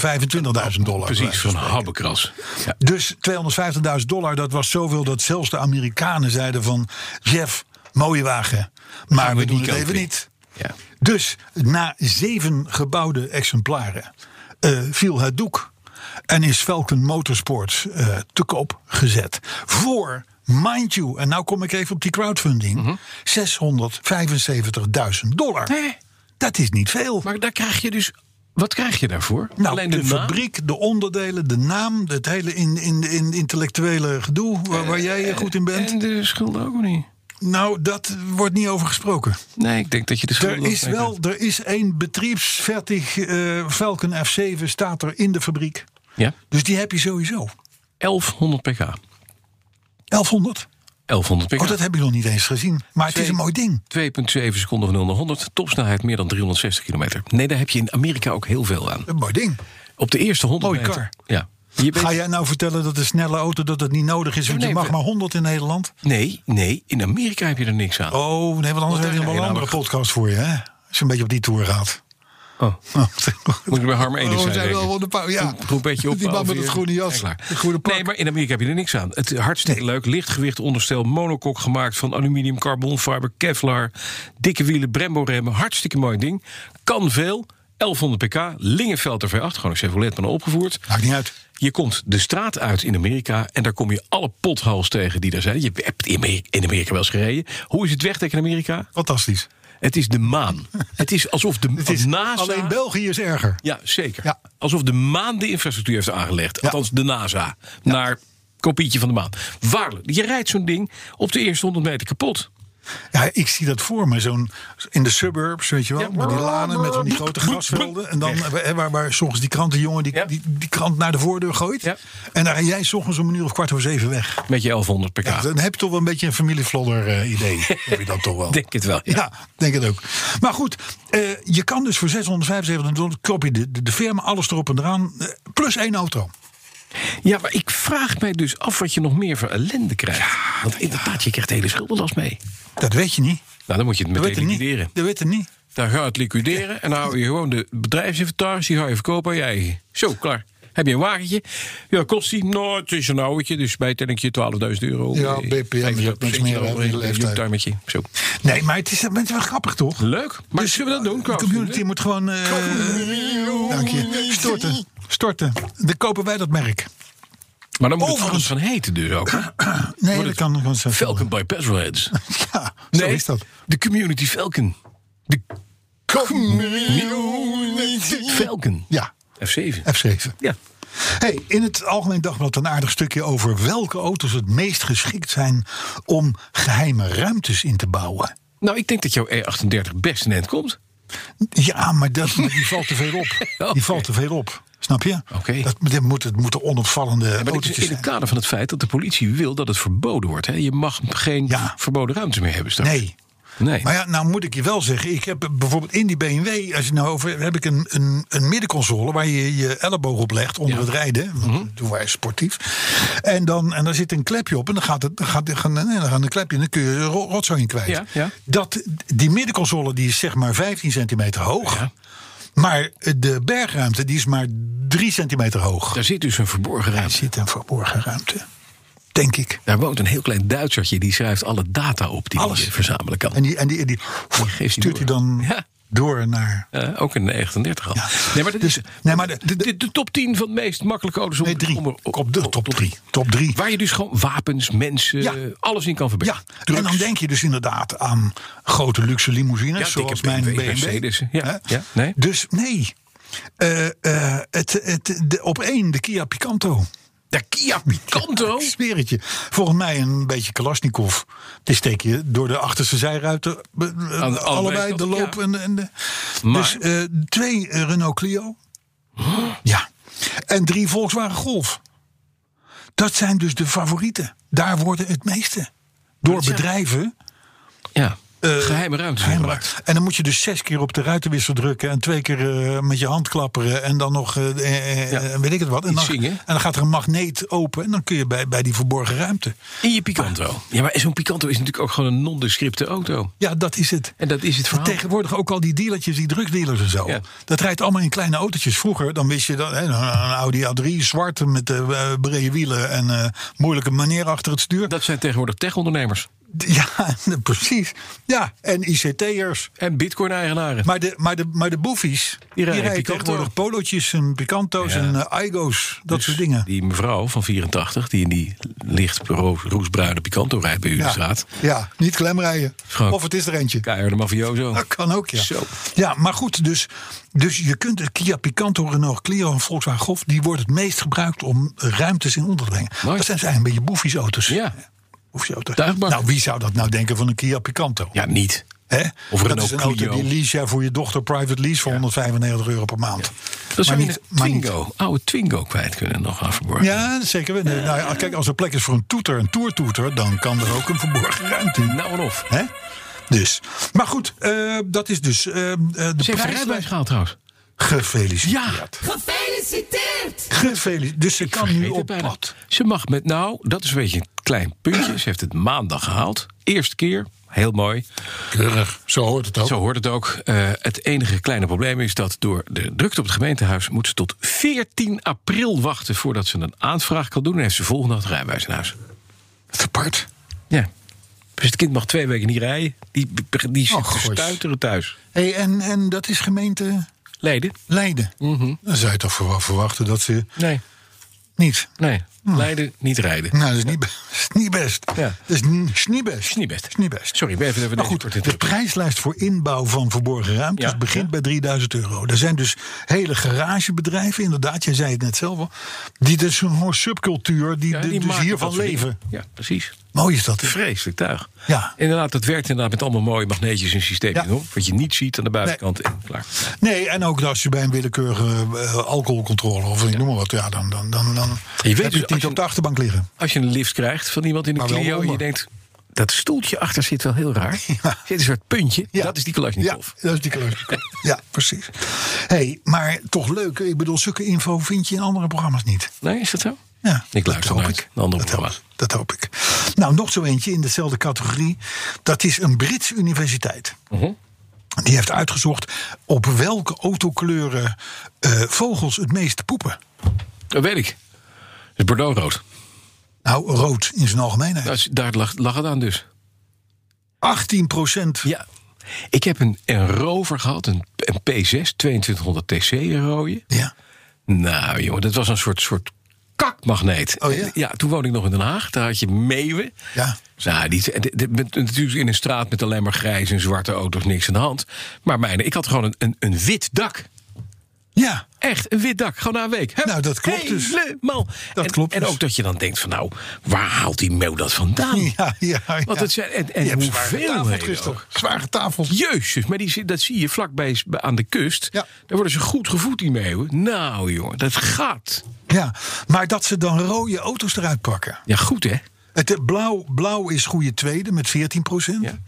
25.000 dollar. Precies, van habbekras. Ja. Dus 250.000 dollar, dat was zoveel dat zelfs de Amerikanen zeiden van... Jeff, mooie wagen, maar we, doen niet het kopen. even niet. Ja. Dus na zeven gebouwde exemplaren eh, viel het doek... en is Falcon Motorsports eh, te koop gezet. Voor, mind you, en nou kom ik even op die crowdfunding... Mhm. 675.000 dollar. Hè? Dat is niet veel. Maar daar krijg je dus. Wat krijg je daarvoor? Nou, Alleen de, de, naam? fabriek, de onderdelen, de naam, het hele in, in, in intellectuele gedoe waar, waar jij eh, goed in bent. En de schulden ook niet. nou, dat wordt niet over gesproken. Nee, ik denk dat je de Er schulden. is wel, er is één betriebsvertig eh, Falcon F7 staat er in de fabriek. Ja, Dus die heb je sowieso. 1100 pk. 1100. 1100 pk. Oh, dat heb je nog niet eens gezien. Maar het is een Twee- mooi ding. 2,7 seconden van 0 naar 100. Topsnelheid meer dan 360 kilometer. Nee, daar heb je in Amerika ook heel veel aan. Een mooi ding. Op de eerste 100 Mooie meter. Ja. Je bent- Ga jij nou vertellen dat de snelle auto dat het niet nodig is? Want Nee, je mag we- maar 100 in Nederland. Nee, nee, in Amerika heb je er niks aan. Oh, nee, want anders daar heb je ga nog je nou wel een andere namelijk- podcast voor je, hè? Als je een beetje op die tour gaat. Oh. Oh. Moet ik bij Harm Edens Oh, zijn, we zijn denk wel ik. wel een paar- ja. Goed- Goed beetje op. Die man met het groene jas, het groene pak. Nee, maar in Amerika heb je er niks aan. Het hartstikke leuk. Lichtgewicht onderstel. Monokok gemaakt van aluminium, carbonfiber, kevlar. Dikke wielen, Brembo remmen. Hartstikke mooi ding. Kan veel. 1100 pk. Lingenveld er V8. Gewoon een Chevrolet maar opgevoerd. Maakt niet uit. Je komt de straat uit in Amerika en daar kom je alle pothals tegen die daar zijn. Je hebt in Amerika, in Amerika wel eens gereden. Hoe is het wegdek in Amerika? Fantastisch. Het is de maan. Het is alsof de Het is, NASA... Alleen België is erger. Ja, zeker. Ja. Alsof de maan de infrastructuur heeft aangelegd. Althans, de NASA. Naar kopietje van de maan. Waarlijk, je rijdt zo'n ding op de eerste 100 meter kapot. Ja, ik zie dat voor me. Zo'n, in de suburbs, weet je wel. Ja. Met die lanen, met van die grote grasvelden. En dan hè, waar, waar soms die krantenjongen die, Ja. die, die krant naar de voordeur gooit. Ja. En daar ga jij soms om een uur of kwart over zeven weg. Met je 1100 pk. Dan heb je toch wel een beetje een familievlodder eh, idee. heb je dat toch wel? Denk het wel, ja. Ja, denk het ook. Maar goed, eh, je kan dus voor 675 dollar koop je de, de, de firma, alles erop en eraan. eh, plus één auto. Ja, maar ik vraag mij dus af wat je nog meer voor ellende krijgt. Want inderdaad, je krijgt de hele schuldenlast mee. Dat weet je niet. Nou, dan moet je het Dat weet meteen je liquideren. niet. Dat weet je niet. Dan ga je het liquideren en dan hou je gewoon de bedrijfsinventaris, die ga je verkopen aan je eigen. Zo, klaar. Heb je een wagentje? Ja, kost die? Nou, het is een ouwtje, dus bijtellingje 12.000 euro. Ja, Eh, BPM, je hebt 50% niks meer, hè, euro, van je eh, leeftijd. youngtimertje. Zo. Nee, maar het is, het is wel grappig, toch? Leuk. Maar Dus zullen we dat doen? De community moet gewoon. eh, dank je. Storten. Storten. Dan kopen wij dat merk. Maar dan moet het Overigens- anders van heten dus ook. Nee, dat kan gewoon zo. Falcon by Petrolheads. Ja, zo is dat. de community Falcon. De Falcon. Ja, F7. F7. Ja. Hey, in het Algemeen Dagblad een aardig stukje over welke auto's het meest geschikt zijn om geheime ruimtes in te bouwen. Nou, ik denk dat jouw E38 best in eind komt. Ja, maar dat, die valt te veel op. Oké. Die valt te veel op. Snap je? Oké. Dat, dit moet, het moeten onopvallende Maar dit is autootjes in het zijn. kader van het feit dat de politie wil dat het verboden wordt. Hè? Je mag geen Ja. verboden ruimte meer hebben straks. Nee. nee. Maar ja, nou moet ik je wel zeggen, ik heb bijvoorbeeld in die BMW, als je nou over, heb ik een, een, een middenconsole waar je je elleboog op legt onder het rijden. Want Mhm. dat Doen wij sportief. En dan, en daar zit een klepje op en dan gaat het, dan gaat, dan gaan, nee, dan gaan een klepje en dan kun je er ro- rotzooi in kwijt. Ja, ja. Dat, die middenconsole die is zeg maar 15 centimeter hoog. Ja. Maar de bergruimte die is maar 3 centimeter hoog. Daar zit dus een verborgen Er ruimte. zit een verborgen ruimte. Denk ik. Daar woont een heel klein Duitsertje die schrijft alle data op die Alles. je verzamelen kan. En die, en die, en die, geeft hij stuurt hij door. dan Ja. door naar Eh, ook een 39 al. Ja. Nee, maar, dat Dus- is, nee, maar de- de, de, de top 10 van de meest makkelijke auto's om, Nee, drie. om er- Op, de top drie. Top drie. Waar je dus gewoon wapens, mensen, Ja. alles in kan Ja, verbergen. en dan denk je dus inderdaad aan grote luxe limousines, Ja, dikke zoals mijn BMW, BMW. Mercedes, ja, Hè? ja, nee. Dus nee. Eh, eh, het, het, de, op één de Kia Picanto. De Kia Oh. Picanto. Ik zweer het je. Volgens mij een beetje Kalashnikov. Die steek je door de achterste zijruiten. be- eh, Aan allebei kanten, de loop. ja. En, en de, Maar- dus eh, twee eh, Renault Clio. Ja. En drie Volkswagen Golf. Dat zijn dus de favorieten. Daar worden het meeste. Door bedrijven Ja. eh, Geheime ruimte. geheime ruimte. En dan moet je dus zes keer op de ruitenwissel drukken. En twee keer eh, met je hand klapperen. En dan nog, eh, eh, eh, Ja. weet ik het wat. En dan, Iets zingen. en dan gaat er een magneet open. En dan kun je bij, bij die verborgen ruimte. In je Picanto. Ja, maar zo'n Picanto is natuurlijk ook gewoon een nondescripte auto. Ja, dat is het. En dat is het verhaal. Tegenwoordig ook al die dealertjes, die drugsdealers en zo. Ja. Dat rijdt allemaal in kleine autootjes. Vroeger, dan wist je dat, hè, een Audi A3, zwart met eh, brede wielen en eh, moeilijke manier achter het stuur. Dat zijn tegenwoordig tech-ondernemers. Ja, precies. Ja, en ICT'ers. En bitcoin-eigenaren. Maar de, maar, de, maar de boefies, die rijden rijden Picanto. tegenwoordig polootjes en picanto's Ja. en eh, igo's. Dat Dus soort dingen. Die mevrouw van 84, die in die licht ro- roesbruine Picanto rijdt bij u in de Ja, straat. ja, niet klemrijden. Gewoon- Of het is er eentje. Keiharde mafioso. Dat kan ook, ja. Zo. Ja, maar goed, dus, dus je kunt de Kia Picanto, Renault Clio en Volkswagen Golf... die wordt het meest gebruikt om eh, ruimtes in onder te brengen. Mooi. Dat zijn dus eigenlijk een beetje boefjesauto's. Ja. Boefjesauto's. Tuigbak. Nou, wie zou dat nou denken van een Kia Picanto? Ja, niet. Hè? Of dat Renault is een auto Clio. die lease jij voor je dochter private lease voor 195 euro per maand. Dat zou je niet- een maar niet- Twingo, oude Twingo kwijt kunnen nog aan verborgen. Ja, zeker. wel. Nou, ja, kijk, als er plek is voor een toeter, een toertoeter... dan kan er ook een verborgen ruimte in. Nou en of. Hè? Dus. Maar goed, eh, dat is dus eh, eh, de Ze heeft prijs. rijbewijs gehaald trouwens. Gefeliciteerd. Ja. Gefeliciteerd. Dus ze kan nu Vergeet het op bijna. pad. Ze mag met, nou, dat is een beetje een klein puntje. Ze heeft het maandag gehaald. Eerste keer. Heel mooi. Keurig. Zo hoort het ook. Zo hoort het ook. Eh, het enige kleine probleem is dat door de drukte op het gemeentehuis... moet ze tot 14 april wachten voordat ze een aanvraag kan doen. En heeft ze volgende dag het rijbewijs in huis. Apart. Ja. Dus het kind mag twee weken niet rijden. Die, die zit Och, te gois. stuiteren thuis. Oh, Hey, en, en dat is gemeente Leiden? Mhm. Leiden. Dan zou je toch verwa- verwachten dat ze Nee. niet... Hm. Nee. Leiden, niet rijden. Nou, dat is niet, be- is niet best. Ja. Dat is n- is niet best. Is niet best. Is niet best. Sorry, ik ben even... even Maar deze goed, kort de prijslijst voor inbouw van verborgen ruimtes Ja. begint bij 3000 euro. Er zijn dus hele garagebedrijven, inderdaad, jij zei het net zelf al, die dus een subcultuur, die, Ja, de- die dus maken hiervan dat soort leven. dingen. Ja, precies. Mooi is dat. hè? Vreselijk tuig. Ja. Inderdaad, dat werkt inderdaad met allemaal mooie magneetjes en systemen. Ja. Hoor. Wat je niet ziet aan de buitenkant. En klaar. Nee, en ook als je bij een willekeurige eh, alcoholcontrole of ik noem maar wat, ja, dan, dan, dan, dan weet dus, heb je als tien je- op de achterbank liggen. Als je een lift krijgt van iemand in een Maar wel Clio... en je onder. denkt, dat stoeltje achter zit wel heel raar. Er zit een soort puntje. Ja. Dat is die Kalashnikov. Ja, dat is die Kalashnikov. ja, precies. hey, maar toch leuk. Ik bedoel, zulke info vind je in andere programma's niet. Nee, is dat zo? Ja, Ik dat luister hoop naar ik. een ander dat programma. Hoop, dat hoop ik. Nou, nog zo eentje in dezelfde categorie. Dat is een Britse universiteit. Mhm. Die heeft uitgezocht op welke autokleuren eh, vogels het meest poepen. Dat weet ik. Het is Bordeauxrood. Nou, rood in zijn algemeenheid. Dat is- Daar lag, lag het aan dus. 18 procent. Ja. Ik heb een, een rover gehad, een, een P6, 2200 TC een rode. Ja. Nou, jongen, dat was een soort, soort kakmagneet. Oh, ja? En, ja, toen woonde ik nog in Den Haag. Daar had je meeuwen. Ja. Nou, die, en de- de- met- natuurlijk in een straat met alleen maar grijs en zwarte auto's, niks aan de hand. Maar mijne, ik had gewoon een, een, een wit dak. Ja. Echt, een wit dak, gewoon na een week. Hup, Nou, dat klopt dus. Helemaal. Dat en, klopt en dus. ook dat je dan denkt van, nou, waar haalt die meeuw dat vandaan? Ja, ja, ja. Want het zijn, en, Je en hebt zware hoeveel tafels, Christel. Zware tafels. Jezus, maar die, zi- dat zie je vlakbij s- bij- aan de kust. Ja. Daar worden ze goed gevoed, die meeuwen. Nou, jongen, dat gaat. Ja, maar dat ze dan rode auto's eruit pakken. Ja, goed, hè? Het, eh, blauw, blauw is goede tweede met 14 procent. Ja.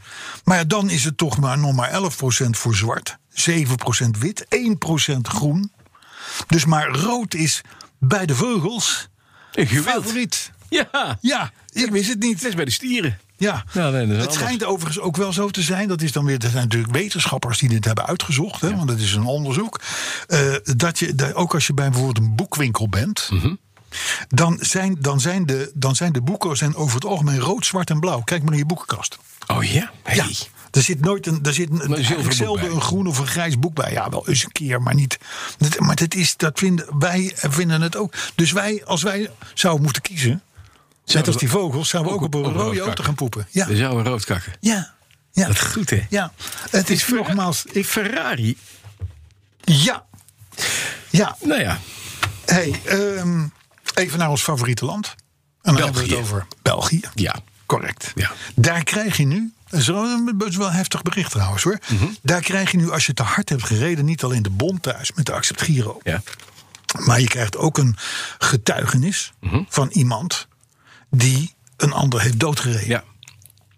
Maar ja, dan is het toch maar nog maar 11 procent voor zwart. 7 procent wit, 1 procent groen. Dus maar rood is bij de vogels Een geweld. favoriet. Ja, Ja, ik wist het niet. het is bij de stieren. Ja. Nou, nee, dat is het anders. schijnt overigens ook wel zo te zijn. Dat is dan weer, er zijn natuurlijk wetenschappers die dit hebben uitgezocht, hè, want dat is een onderzoek. eh, dat je, dat ook als je bij bijvoorbeeld een boekwinkel bent. Mhm. Dan zijn, dan, zijn de, dan zijn de boeken zijn over het algemeen rood, zwart en blauw. Kijk maar naar je boekenkast. Oh ja? Hey. Ja. Er zit nooit een, er zit een, zilveren eigenlijk boek zelden bij. een groen of een grijs boek bij. Ja, wel eens een keer, maar niet. Dat, maar dat is, dat vinden, wij eh, vinden het ook. Dus wij, als wij zouden moeten kiezen, net we- als die vogels, zouden we ook op een rode kakken. auto gaan poepen. Ja. We zouden rood kakken. Ja. ja. Dat is goed, hè? Ja. Het is nogmaals... Ik Ferrari. Ja. Ja. Nou ja, Hey, ehm, even naar ons favoriete land. En dan hebben we België. het over België. ja. Correct. Ja. Daar krijg je nu... Dat is wel een best wel een heftig bericht trouwens hoor. Mhm. Daar krijg je nu, als je te hard hebt gereden... niet alleen de bon thuis met de Accept Giro... ja. maar je krijgt ook een Mhm. getuigenis van iemand... die een ander heeft doodgereden. ja.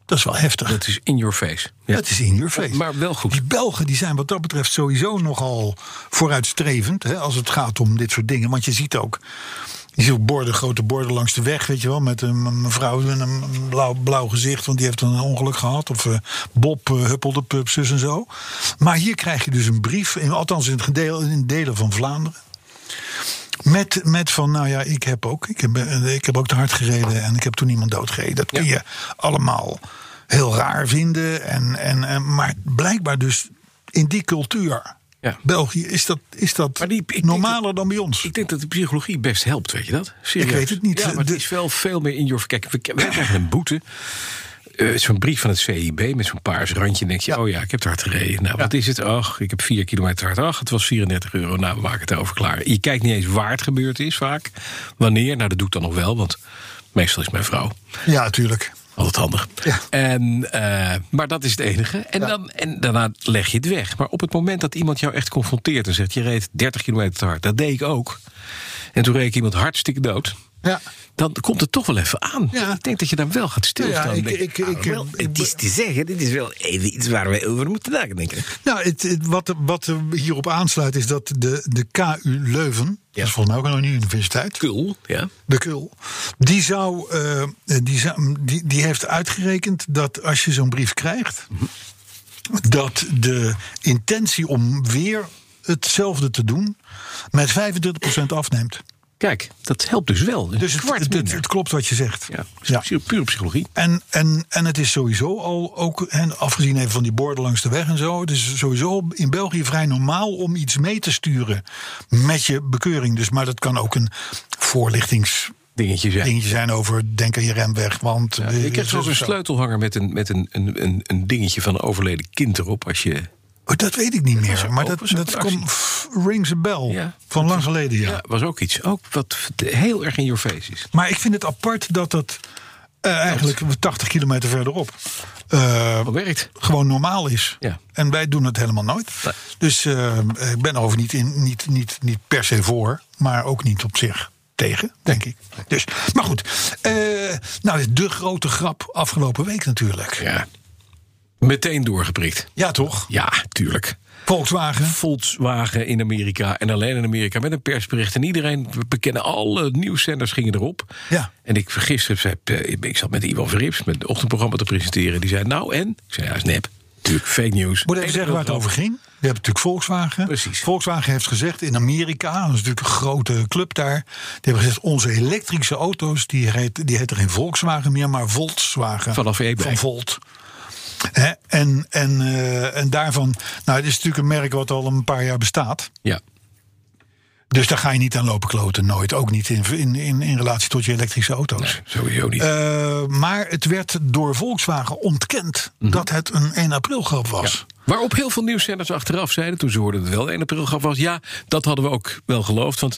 Dat is wel heftig. Dat is in your face. Ja. Dat is in your face. Maar wel goed. Die Belgen die zijn wat dat betreft sowieso nogal vooruitstrevend. Hè, als het gaat om dit soort dingen. Want je ziet ook. Je ziet ook borden, grote borden langs de weg, weet je wel. Met een mevrouw met een blauw, blauw gezicht, want die heeft een ongeluk gehad. Of eh, Bob eh, huppelde pup, zus en zo. Maar hier krijg je dus een brief, in, althans in, het gedeel, in delen van Vlaanderen. Met, met van, nou ja, ik heb ook. Ik heb, eh, ik heb ook te hard gereden en ik heb toen iemand doodgereden. Dat kun je allemaal heel raar vinden. En, en, en, maar blijkbaar dus in die cultuur. Ja. Denk België, is dat, is dat Maar die- ik denk normaler dan bij ons? Ik denk dat de psychologie best helpt, weet je dat? Serieus. Ik weet het niet. Ja, maar het De- is wel veel meer in your... Kijk, we, wij krijgen een boete. Eh, zo'n brief van het CIB met zo'n paars randje. En denk je, oh ja, ik heb te hard gereden. Nou, wat is het? Ach, ik heb vier kilometer te hard. Ach, het was 34 euro. Nou, we maken het over klaar. Je kijkt niet eens waar het gebeurd is vaak. Wanneer? Nou, dat doe ik dan nog wel, want meestal is mijn vrouw. Ja, natuurlijk. Altijd handig. Ja. En, eh, maar dat is het enige. En, dan, en daarna leg je het weg. Maar op het moment dat iemand jou echt confronteert en zegt: Je reed 30 kilometer te hard, dat deed ik ook. En toen reed ik iemand hartstikke dood. Ja. Dan komt het toch wel even aan. Ja. Ik denk dat je daar wel gaat stilstaan. Ja, ja, ik- Denk, ik- ik- ah, ik- wel, ik- het is te zeggen, dit is wel even iets waar we over moeten nadenken. Nou, het, het- wat, wat er hierop aansluit is dat de, de KU Leuven, Ja. dat is volgens mij ook een universiteit, Kul, ja. de Kul, die, zou, eh, die, zou, die, die heeft uitgerekend dat als je zo'n brief krijgt, dat de intentie om weer hetzelfde te doen met 25% afneemt. Kijk, dat helpt dus wel. Dus het, wordt het, het, het klopt wat je zegt. ja, pure psychologie. En, en, en het is sowieso al, ook, en afgezien even van die borden langs de weg en zo, het is sowieso in België vrij normaal om iets mee te sturen met je bekeuring. Dus, maar dat kan ook een voorlichtingsdingetje Dingetjes, ja. zijn over denk aan je remweg. Want Ja, eh, je krijgt zo- zelfs een zo. sleutelhanger met, een, met een, een, een, een dingetje van een overleden kind erop. Als je, Oh, dat weet ik niet meer, ook- maar dat, was ook dat een actie. komt pff, rings a bell Ja. van lang geleden, ja. ja, was ook iets. Ook wat heel erg in your face is. Maar ik vind het apart dat dat eh, eigenlijk 80 kilometer verderop. eh, Wat werkt. gewoon normaal is. Ja. En wij doen het helemaal nooit. Nee. Dus eh, ik ben over niet, in, niet, niet, niet per se voor, maar ook niet op zich tegen, denk ik. Dus, maar goed, eh, nou is de grote grap afgelopen week natuurlijk. Ja, Ja. Meteen doorgeprikt. toch? Ja, tuurlijk. Volkswagen. Volkswagen in Amerika en alleen in Amerika met een persbericht. En iedereen, we bekennen alle nieuwszenders gingen erop. Ja. En ik gisteren zei, eh, ik zat met Iwan Verrips, met het ochtendprogramma te presenteren. Die zei, nou en? Ik zei, ja, is nep. Tuurlijk, fake news. Moet even Eén zeggen waar het grote over ging. Je hebt natuurlijk Volkswagen. Precies. Volkswagen heeft gezegd in Amerika, dat is natuurlijk een grote club daar. Die hebben gezegd, onze elektrische auto's, die heet, die heet er geen Volkswagen meer, maar Volkswagen. Vanaf e-bike. Van Volt. Hè? En, en, eh, en daarvan, nou het is natuurlijk een merk wat al een paar jaar bestaat. Ja. Dus daar ga je niet aan lopen kloten, nooit. Ook niet in, in, in, in relatie tot je elektrische auto's. Nee, sowieso niet. Eh, maar het werd door Volkswagen ontkend Mhm. dat het een 1 april grap was. Waarop heel veel nieuwszenders achteraf zeiden, toen ze hoorden dat het wel 1 april gaf, was ja, dat hadden we ook wel geloofd. Want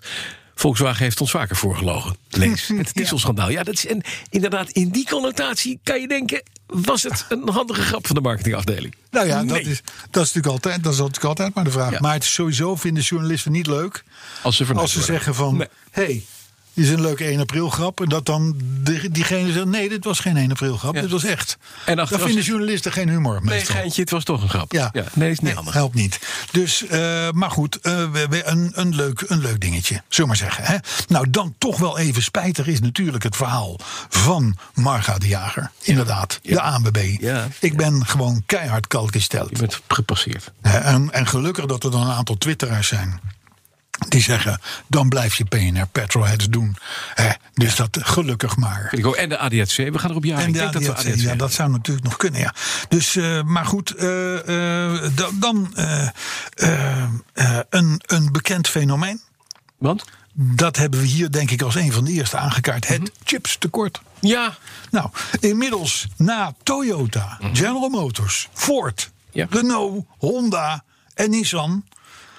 Volkswagen heeft ons vaker voorgelogen. Lees het dieselschandaal. Ja, dat is, en inderdaad, in die connotatie kan je denken, was het een handige grap van de marketingafdeling? Nou ja, Nee. dat, is, dat, is natuurlijk altijd, dat is natuurlijk altijd maar de vraag. Ja. Maar het is sowieso vinden journalisten niet leuk Als ze verneukt als ze worden. zeggen van... Nee. hé, hey, dit is een leuke 1 april grap. En dat dan de- diegene zegt, nee, dit was geen 1 april grap. Ja. Dit was echt. En Dan achteraf vinden zegt- journalisten geen humor Nee, meestal. geintje, het was toch een grap. ja. nee, is niet handig. Helpt niet. Dus, eh, maar goed, eh, we- we- een, een, leuk, een leuk dingetje, zullen we maar zeggen. Hè? Nou, dan toch wel even spijtig is natuurlijk het verhaal van Marga de Jager. Inderdaad, de ANWB. Ja. Ik ben gewoon keihard koud gesteld. Je bent gepasseerd. Hè, En, en gelukkig dat er dan een aantal twitteraars zijn. Die zeggen, dan blijf je PNR Petrolheads doen. Hè, dus dat gelukkig maar. Vind ik ook. En de ADAC, we gaan erop jagen. En ik de denk dat we ADAC, ADAC ja, hebben. dat zou natuurlijk nog kunnen, ja. Dus, eh, maar goed, eh, eh, da- dan eh, eh, eh, een, een bekend fenomeen. Want? Dat hebben we hier denk ik als een van de eerste aangekaart. Het chipstekort. Mhm. Ja, Nou, inmiddels na Toyota, Mhm. General Motors, Ford, Ja. Renault, Honda en Nissan...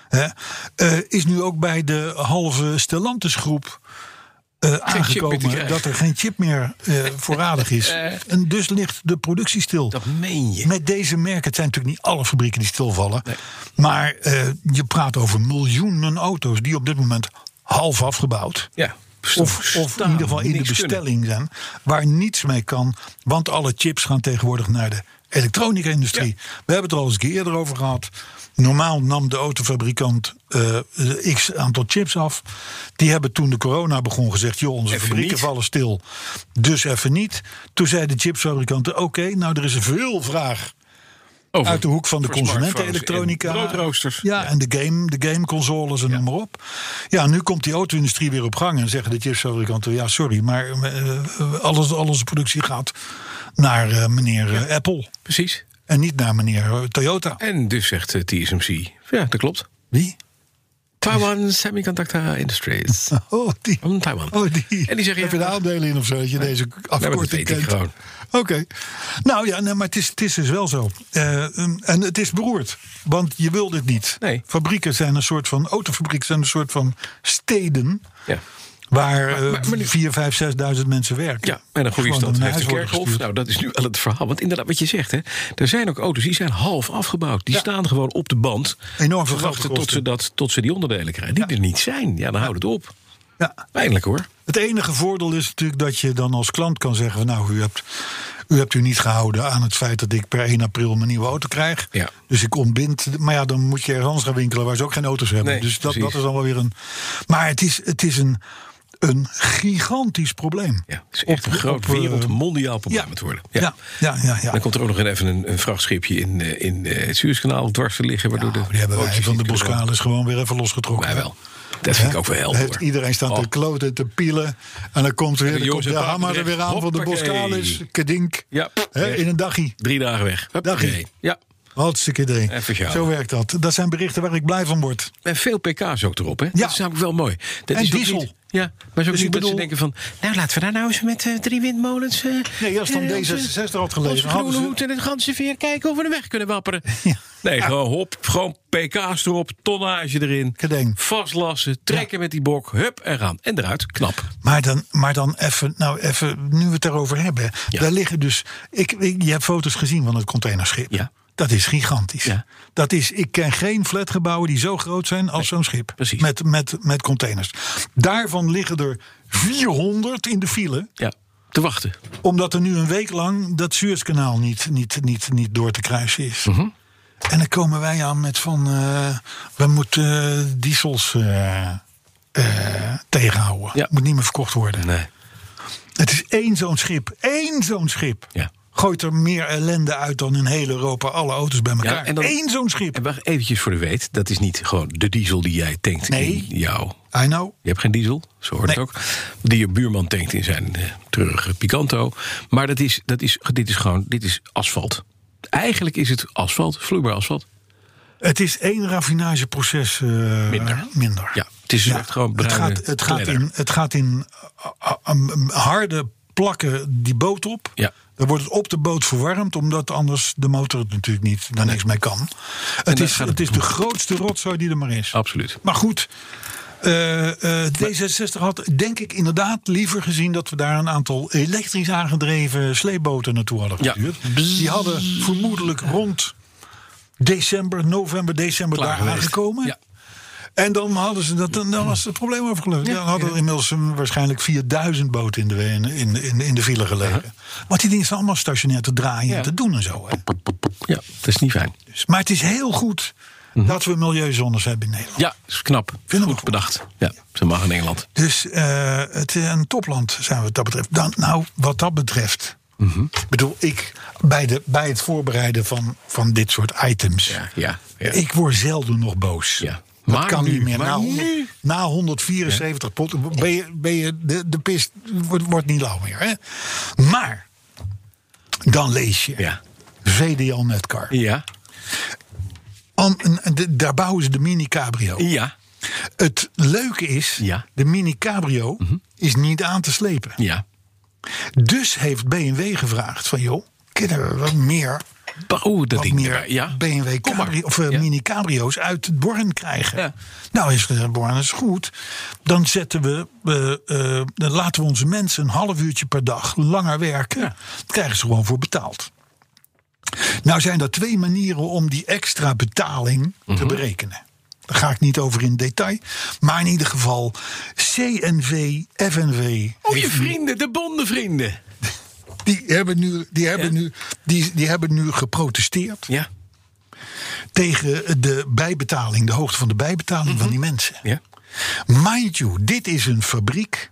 Hè, eh, is nu ook bij de halve Stellantis groep eh, meer te aangekomen krijgen. Eh. dat er geen chip meer eh, voorradig is. En dus ligt de productie stil. dat meen je. Met deze merken, het zijn natuurlijk niet alle fabrieken die stilvallen. Maar eh, je praat over miljoenen auto's die op dit moment half afgebouwd. Ja. Of, of in ieder geval in de niks kunnen. bestelling zijn. Waar niets mee kan. Want alle chips gaan tegenwoordig naar de elektronica-industrie. We hebben het er al eens een keer eerder over gehad. Normaal nam de autofabrikant eh, x aantal chips af. Die hebben toen de corona begon gezegd... joh, onze Even fabrieken niet. vallen stil. Dus even niet. Toen zeiden de chipsfabrikanten... oké, nou er is veel vraag Over- uit de hoek van de voor smartphones consumentenelektronica. en Broodroosters. Ja, en de game, de gameconsoles en noem maar op. Ja, nu komt die auto-industrie weer op gang en zeggen de chipsfabrikanten... ja, sorry, maar eh, alles, al onze productie gaat naar eh, meneer eh, Apple... Precies. en niet naar meneer eh, Toyota. En dus zegt eh, TSMC. Ja, dat klopt. Wie? Taiwan Semiconductor Industries. Oh, die. Van Taiwan. Oh, die. En die zeggen, Heb je ja, de aandelen in of zo, dat je deze maar dat afkorting weet ik kent? gewoon. Oké. Nou ja, nee, maar het is, het is dus wel zo. Eh, um, en het is beroerd, want je wil dit niet. Nee. Fabrieken zijn een soort van, autofabrieken zijn een soort van steden... Ja. Waar eh, maar- maar nu- 4, 5, 6.000 mensen werken. Ja, en een goede Gewoon stad naar heeft een huis worden kerkhof. gestuurd. Nou, dat is nu wel het verhaal. Want inderdaad, wat je zegt, hè, er zijn ook auto's die zijn half afgebouwd. Die staan gewoon op de band. Enorm veel wachten geld tot ze, kosten. dat, tot ze die onderdelen krijgen. Die er niet zijn. Ja, dan houdt het op. Ja. Pijnlijk hoor. Het enige voordeel is natuurlijk dat je dan als klant kan zeggen... van, nou, u hebt, u hebt u niet gehouden aan het feit dat ik per 1 april mijn nieuwe auto krijg. Ja. Dus ik ontbind. Maar ja, dan moet je ergens anders gaan winkelen waar ze ook geen auto's hebben. Nee, dus dat, dat precies. is dan wel weer een... Maar het is, het is een, een gigantisch probleem. Ja, het is echt een groot eh, wereld, mondiaal probleem ja. aan het worden. Ja, ja, ja. ja, Dan komt er ook nog even een, een vrachtschipje in, eh, in eh, het Suezkanaal dwars te liggen. Waardoor Nou, de die hebben wij bootjes van de niet kunnen komen. Boskalis gewoon weer even losgetrokken. Wij wel. Dat vind ik Hè? ook wel Dan helder. Heeft iedereen staat Oh. te kloten, te pielen. En dan komt weer En dan komt Jozef de hammer er Papendrecht. weer aan van de Hoppakee. Boskalis. Kedink. Ja, Hè, weg. in een dagje. Drie dagen weg. Hup, Dag, hè. nee. Ja. Hartstikke idee. Even sjouwen. Zo werkt dat. Dat zijn berichten waar ik blij van word. En veel pk's ook erop, hè? Ja. Dat is namelijk wel mooi. Dat En is ook diesel. Niet, ja, maar zo ook Dus ik niet dat bedoel- ze denken van... nou, laten we daar nou eens met eh, drie windmolens... eh, Nee, als dan eh, onze- D66 had gelegen, Onze hadden groene ze- hoed en het ganse veer kijken of we de weg kunnen wapperen. Ja. Nee, gewoon hop, gewoon pk's erop, tonnage erin. Gedenk. Vastlassen, trekken met die bok, hup en gaan. En eruit, knap. Maar dan, maar dan even, nou even, nu we het daarover hebben. Ja. Daar liggen dus, ik, ik- je hebt foto's gezien van het containerschip. Ja. Dat is gigantisch. Ja. Dat is, ik ken geen flatgebouwen die zo groot zijn als zo'n schip. precies. Met, met, met containers. Daarvan liggen er 400 in de file. Ja, te wachten. Omdat er nu een week lang dat Suezkanaal niet, niet, niet, niet door te kruisen is. Mhm. En dan komen wij aan met van, eh, we moeten eh, diesels eh, eh, tegenhouden. Ja. Moet niet meer verkocht worden. Nee. Het is één zo'n schip. Eén zo'n schip. Ja. Gooit er meer ellende uit dan in heel Europa alle auto's bij elkaar. Ja, en dan- Eén zo'n schip. En wacht eventjes voor de weet. Dat is niet gewoon de diesel die jij tankt Nee. in jouw I know. Je hebt geen diesel, zo hoort het Nee. ook. Die je buurman tankt in zijn eh, treurige Picanto. Maar dat is, dat is, dit is gewoon dit is asfalt. Eigenlijk is het asfalt, vloeibaar asfalt. Het is één raffinageproces eh, Minder. minder. Ja, het is echt gewoon het bruine gaat, het gaat kledder. in, het gaat in ah, ah, ah, harde plakken die boot op. Ja. Dan wordt het op de boot verwarmd, omdat anders de motor het natuurlijk niet, daar niks mee kan. Het dan is, gaat het het- is de grootste rotzooi die er maar is. Absoluut. Maar goed, eh, eh, D66 had denk ik inderdaad liever gezien dat we daar een aantal elektrisch aangedreven sleepboten naartoe hadden Ja. gestuurd. Die hadden vermoedelijk rond december, november, december Klaar daar geweest. aangekomen. Ja. En dan hadden ze dat, dan dan was het probleem overgelopen. dan hadden er inmiddels een- waarschijnlijk 4000 boten in de, in, in, in de file gelegen. Want die dingen zijn allemaal stationair te draaien Ja. en te doen en zo. Hè. Ja, dat is niet fijn. Dus- maar het is heel goed Mhm. dat we milieuzones hebben in Nederland. Ja, is knap. Vinden we Goed goed. bedacht. Ja, ze mag in Engeland. Dus eh, het is een topland zijn we wat dat betreft. Dan, nou, wat dat betreft. Mhm. Ik bedoel, ik bij, de, bij het voorbereiden van, van dit soort items. Ja, ja, ja. Ik word zelden nog boos. Ja. Dat Maar kan nu, niet meer. maar na, honderd- nu? na 174 pot ben je, ben je de, de pist wordt, wordt niet lauw meer. Hè? Maar dan lees je Ja. VDL Netcar. Ja, An- en- en de- daar bouwen ze de mini cabrio. ja, Het leuke is, Ja. Mhm. de mini cabrio is niet aan te slepen. ja. Dus heeft BMW gevraagd van joh, kunnen we wat meer, Bouw dat wat ding meer erbij. Ja. BMW Kom maar. cabrio, of eh, Ja. mini cabrio's uit Born krijgen. Ja. Nou is gezegd, Born is goed. Dan zetten we, eh, eh, dan laten we onze mensen een half uurtje per dag langer werken. Daar krijgen ze gewoon voor betaald. Mhm. Nou zijn er twee manieren om die extra betaling te berekenen. Daar ga ik niet over in detail. Maar in ieder geval, CNV, FNV. Oh, je heeft nu- vrienden, de bondenvrienden. Die hebben nu, die hebben Ja. nu, die, die hebben nu geprotesteerd Ja, tegen de bijbetaling, de hoogte van de bijbetaling Mhm. van die mensen. ja. Mind you, dit is een fabriek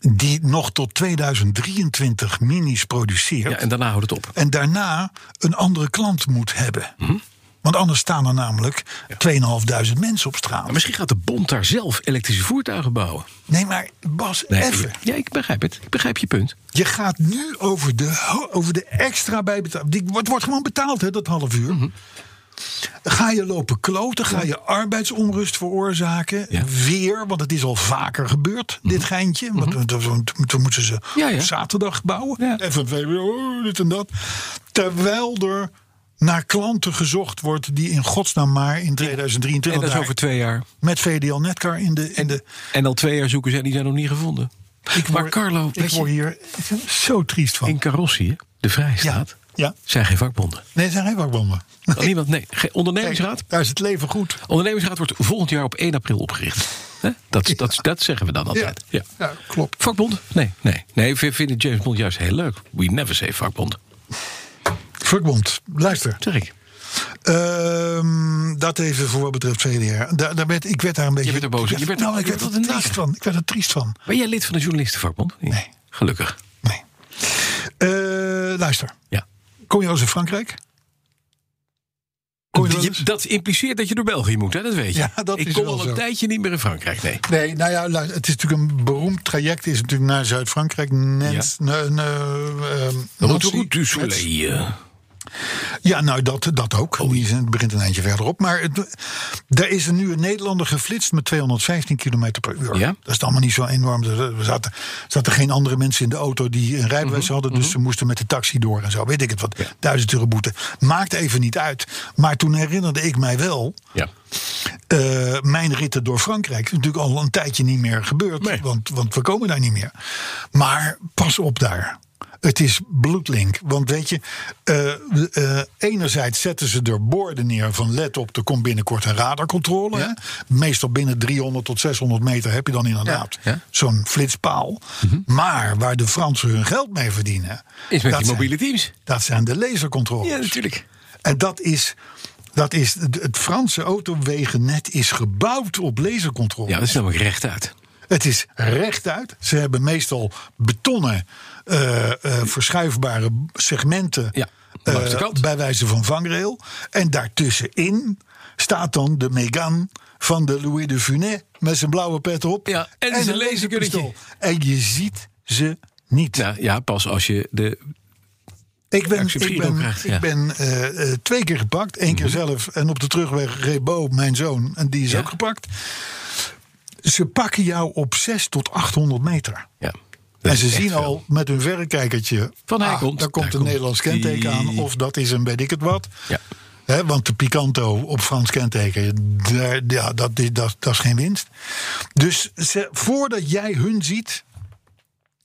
die nog tot 2023 minis produceert. ja en en, daarna houdt het op. daarna een andere klant moet hebben. Mhm. Want anders staan er namelijk 2.500 mensen op straat. Maar misschien gaat de bond daar zelf elektrische voertuigen bouwen. Nee, maar Bas, even. Ja, ik begrijp het. Ik begrijp je punt. Je gaat nu over de, ho- over de extra bijbetaling. Die- Het wordt gewoon betaald, hè, dat half uur. Mhm. Ga je lopen kloten, ga je arbeidsonrust veroorzaken. Ja. Mhm. Weer, want het is al vaker gebeurd, dit geintje. Want toen- toen- toen moeten ze Ja, ja. op zaterdag bouwen. Ja. Even oh, dit en dat. Terwijl er naar klanten gezocht wordt die in godsnaam maar in 2023 En dat is daar over twee jaar. met VDL Netcar in de, in de En al twee jaar zoeken ze en die zijn nog niet gevonden. maar word- Carlo, Ik weet je, word hier zo triest van. in Carrossië, de ja, Vrijstaat, ja. zijn geen vakbonden. Nee, er zijn geen vakbonden. Nee. Kan niemand, nee, geen ondernemingsraad. Daar is het leven goed. Ondernemingsraad wordt volgend jaar op 1 april opgericht. Hè? Dat, dat, dat zeggen we dan altijd. Ja. ja, klopt. Vakbond? Nee, nee. Nee, we vinden James Bond juist heel leuk. We never say vakbond, Vakbond, luister. zeg ik. Ehm, dat even voor wat betreft VDR. Daar, daar werd, ik werd daar een beetje... werd er boos. Ik Je werd er- nou, ik je werd werd er wat een triest van. Ik werd er triest van. Ben jij lid van de journalistenvakbond? Nee. Gelukkig. Nee. Eh, luister, Ja. kom je wel eens in Frankrijk? Kom je wel Je- eens? dat impliceert dat je door België moet, hè? dat weet je. Ja, dat ik is kom wel al een zo. tijdje niet meer in Frankrijk, nee. Nee, nou ja, luister, het is natuurlijk een beroemd traject. is natuurlijk naar Zuid-Frankrijk. Nantes, ne- ne- ehm, Route Nancy, route du Nantes. soleil. eh. Ja, nou, dat, dat ook. Die is- Het begint een eindje verderop. Maar het, er is er nu een Nederlander geflitst met 215 km per uur. Ja. Dat is dan allemaal niet zo enorm. Er er zaten, zaten geen andere mensen in de auto die een rijbewijs hadden. Dus ze moesten met de taxi door en zo. Weet ik het wat. Duizend euro boete. Maakt even niet uit. Maar toen herinnerde ik mij wel... Ja. eh, mijn ritten door Frankrijk. Dat is natuurlijk al een tijdje niet meer gebeurd. Nee. Want, want we komen daar niet meer. Maar pas op daar. Het is bloedlink. Want weet je, eh, eh, enerzijds zetten ze er borden neer van let op, er komt binnenkort een radarcontrole. hè. Meestal binnen 300 tot 600 meter heb je dan inderdaad Ja. Ja. zo'n flitspaal. Maar waar de Fransen hun geld mee verdienen, Is met dat, die mobiele zijn, teams. dat zijn de lasercontroles. Ja, natuurlijk. En dat is, dat is het het Franse autowegennet is gebouwd op lasercontrole. Ja, dus- dat is namelijk rechtuit. Het is rechtuit. Ze hebben meestal betonnen eh, eh, verschuifbare segmenten Ja, langs de eh, kant. bij wijze van vangrail. En daartussenin staat dan de Megane van de Louis de Funès met zijn blauwe pet op. Ja, en zijn een laserkunnetje. laserpistool. En je ziet ze niet. Nou ja, pas als je de. Ik ben, Actie op ik Giro ben, krijgt, ik ja. Mhm. ben eh, eh, twee keer gepakt. Eén keer zelf en op de terugweg reed Bo, mijn zoon, en die is Ja. ook gepakt. Ze pakken jou op 6 tot 800 meter. Ja, en ze zien al met hun verrekijkertje. Van hij ah, komt, Daar komt daar een komt Nederlands kenteken die. aan. Of dat is een weet ik het wat. Ja. Hè, want de Picanto op Frans kenteken, daar, ja, dat, is- dat, dat is geen winst. Dus ze, voordat jij hun ziet,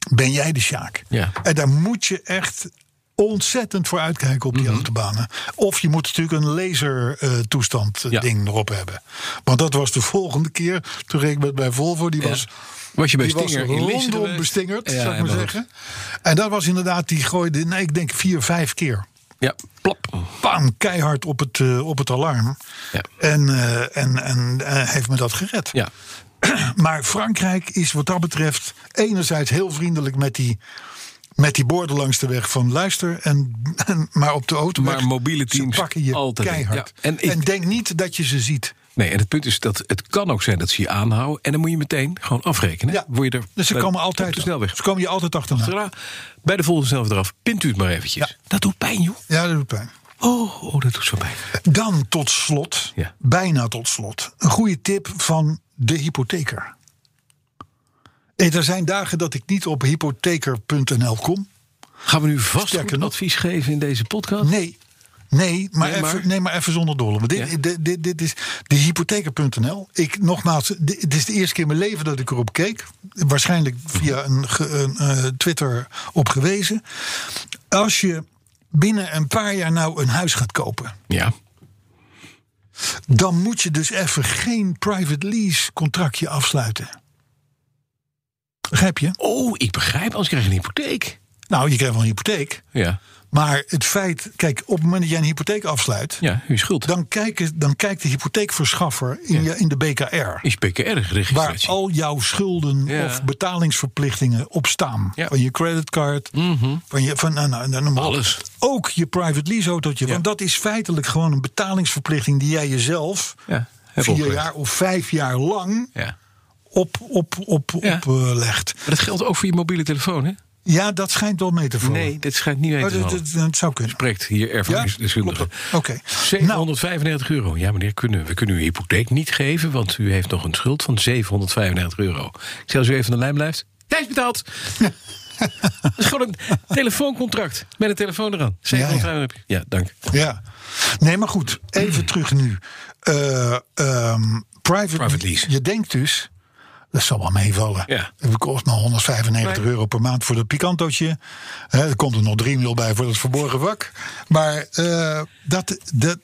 ben jij de Sjaak. Ja. En daar moet je echt ontzettend voor uitkijken op die Mhm. autobanen. Of je moet natuurlijk een lasertoestand toestand eh, Ja. ding erop hebben. Want dat was de volgende keer. Toen reed ik met bij Volvo. Die Ja. was, Was je bij die Stinger was in Lisse rondom geweest? bestingerd, Ja, zou ik maar en dat- zeggen. En dat was inderdaad, die gooide, nee, ik denk vier, vijf keer. Ja, plop. Bam, keihard op het, eh, op het alarm. Ja. En, eh, en, en eh, heeft me dat gered. Ja. Maar Frankrijk is wat dat betreft enerzijds heel vriendelijk met die, met die borden langs de weg van luister. En, en- maar op de auto. Maar mobiele teams ze pakken je altijd. keihard. Ja, en En, ik- denk niet dat je ze ziet. Nee, en het punt is dat het kan ook zijn dat ze je aanhouden. En dan moet je meteen gewoon afrekenen. Ja. Word je er dus ze bij de- komen op altijd. de snelweg. Ze komen je altijd achterna. Achteraan. Bij de volgende snelweg eraf. Pint u het maar eventjes. Ja. Dat doet pijn, joh. Ja, dat doet pijn. Oh, oh, dat doet zo pijn. Dan tot slot, Ja. bijna tot slot, een goede tip van de hypotheker. En er zijn dagen dat ik niet op hypotheker.nl kom. Gaan we nu vast Sterker goed nog- advies geven in deze podcast? Nee. Nee, maar, Nee, maar- Even, nee, maar even zonder dolle. Want dit, Ja. dit, dit, dit is de hypotheker.nl. Ik nogmaals, dit, dit is de eerste keer in mijn leven dat ik erop keek. Waarschijnlijk via een, ge- een, eh, Twitter op gewezen. Als je binnen een paar jaar nou een huis gaat kopen, Ja. Dan moet je dus even geen private lease contractje afsluiten. Begrijp je? Oh, ik begrijp, anders krijg je een hypotheek. Nou, je krijgt wel een hypotheek. Ja, Maar het feit, kijk, op het moment dat jij een hypotheek afsluit, ja je schuld. dan, kijken, dan kijkt de hypotheekverschaffer in, je, in de BKR. Is Waar PKR-registratie. al jouw schulden Ja. of betalingsverplichtingen op staan. Ja. Mhm. Van je creditcard, van, je, van nou, nou, nou, noem maar op. Alles. Ook je private lease autootje. Ja. Want dat is feitelijk gewoon een betalingsverplichting die jij jezelf Ja, heb vier opgelegd. jaar of vijf jaar lang Ja. op, op, op, Ja. op eh, legt. Maar dat geldt ook voor je mobiele telefoon, hè? Oh, Ja, dat schijnt wel mee te vallen. Nee, dit schijnt niet mee Maar te dat, vallen. dat, dat zou kunnen. Spreekt hier ervaringsdeskundige. Ja, klopt dat. Oké. Nou, 795 euro. Ja, meneer, kunnen, we kunnen u een hypotheek niet geven, want u heeft nog een schuld van 795 euro. Ik zeg, als u even aan de lijn blijft, hij is betaald. Dat is gewoon een telefooncontract met een telefoon eraan. 795 ja, ja. dank. Ja. Nee, maar goed. Even terug nu. Eh, ehm, private, Private lease. Je denkt dus... Dat zal wel meevallen. Ja. Het kost maar 195 Nee. euro per maand voor dat picantootje. Hè, er komt er nog 3 mil bij voor dat verborgen vak. Maar eh, dat, dat,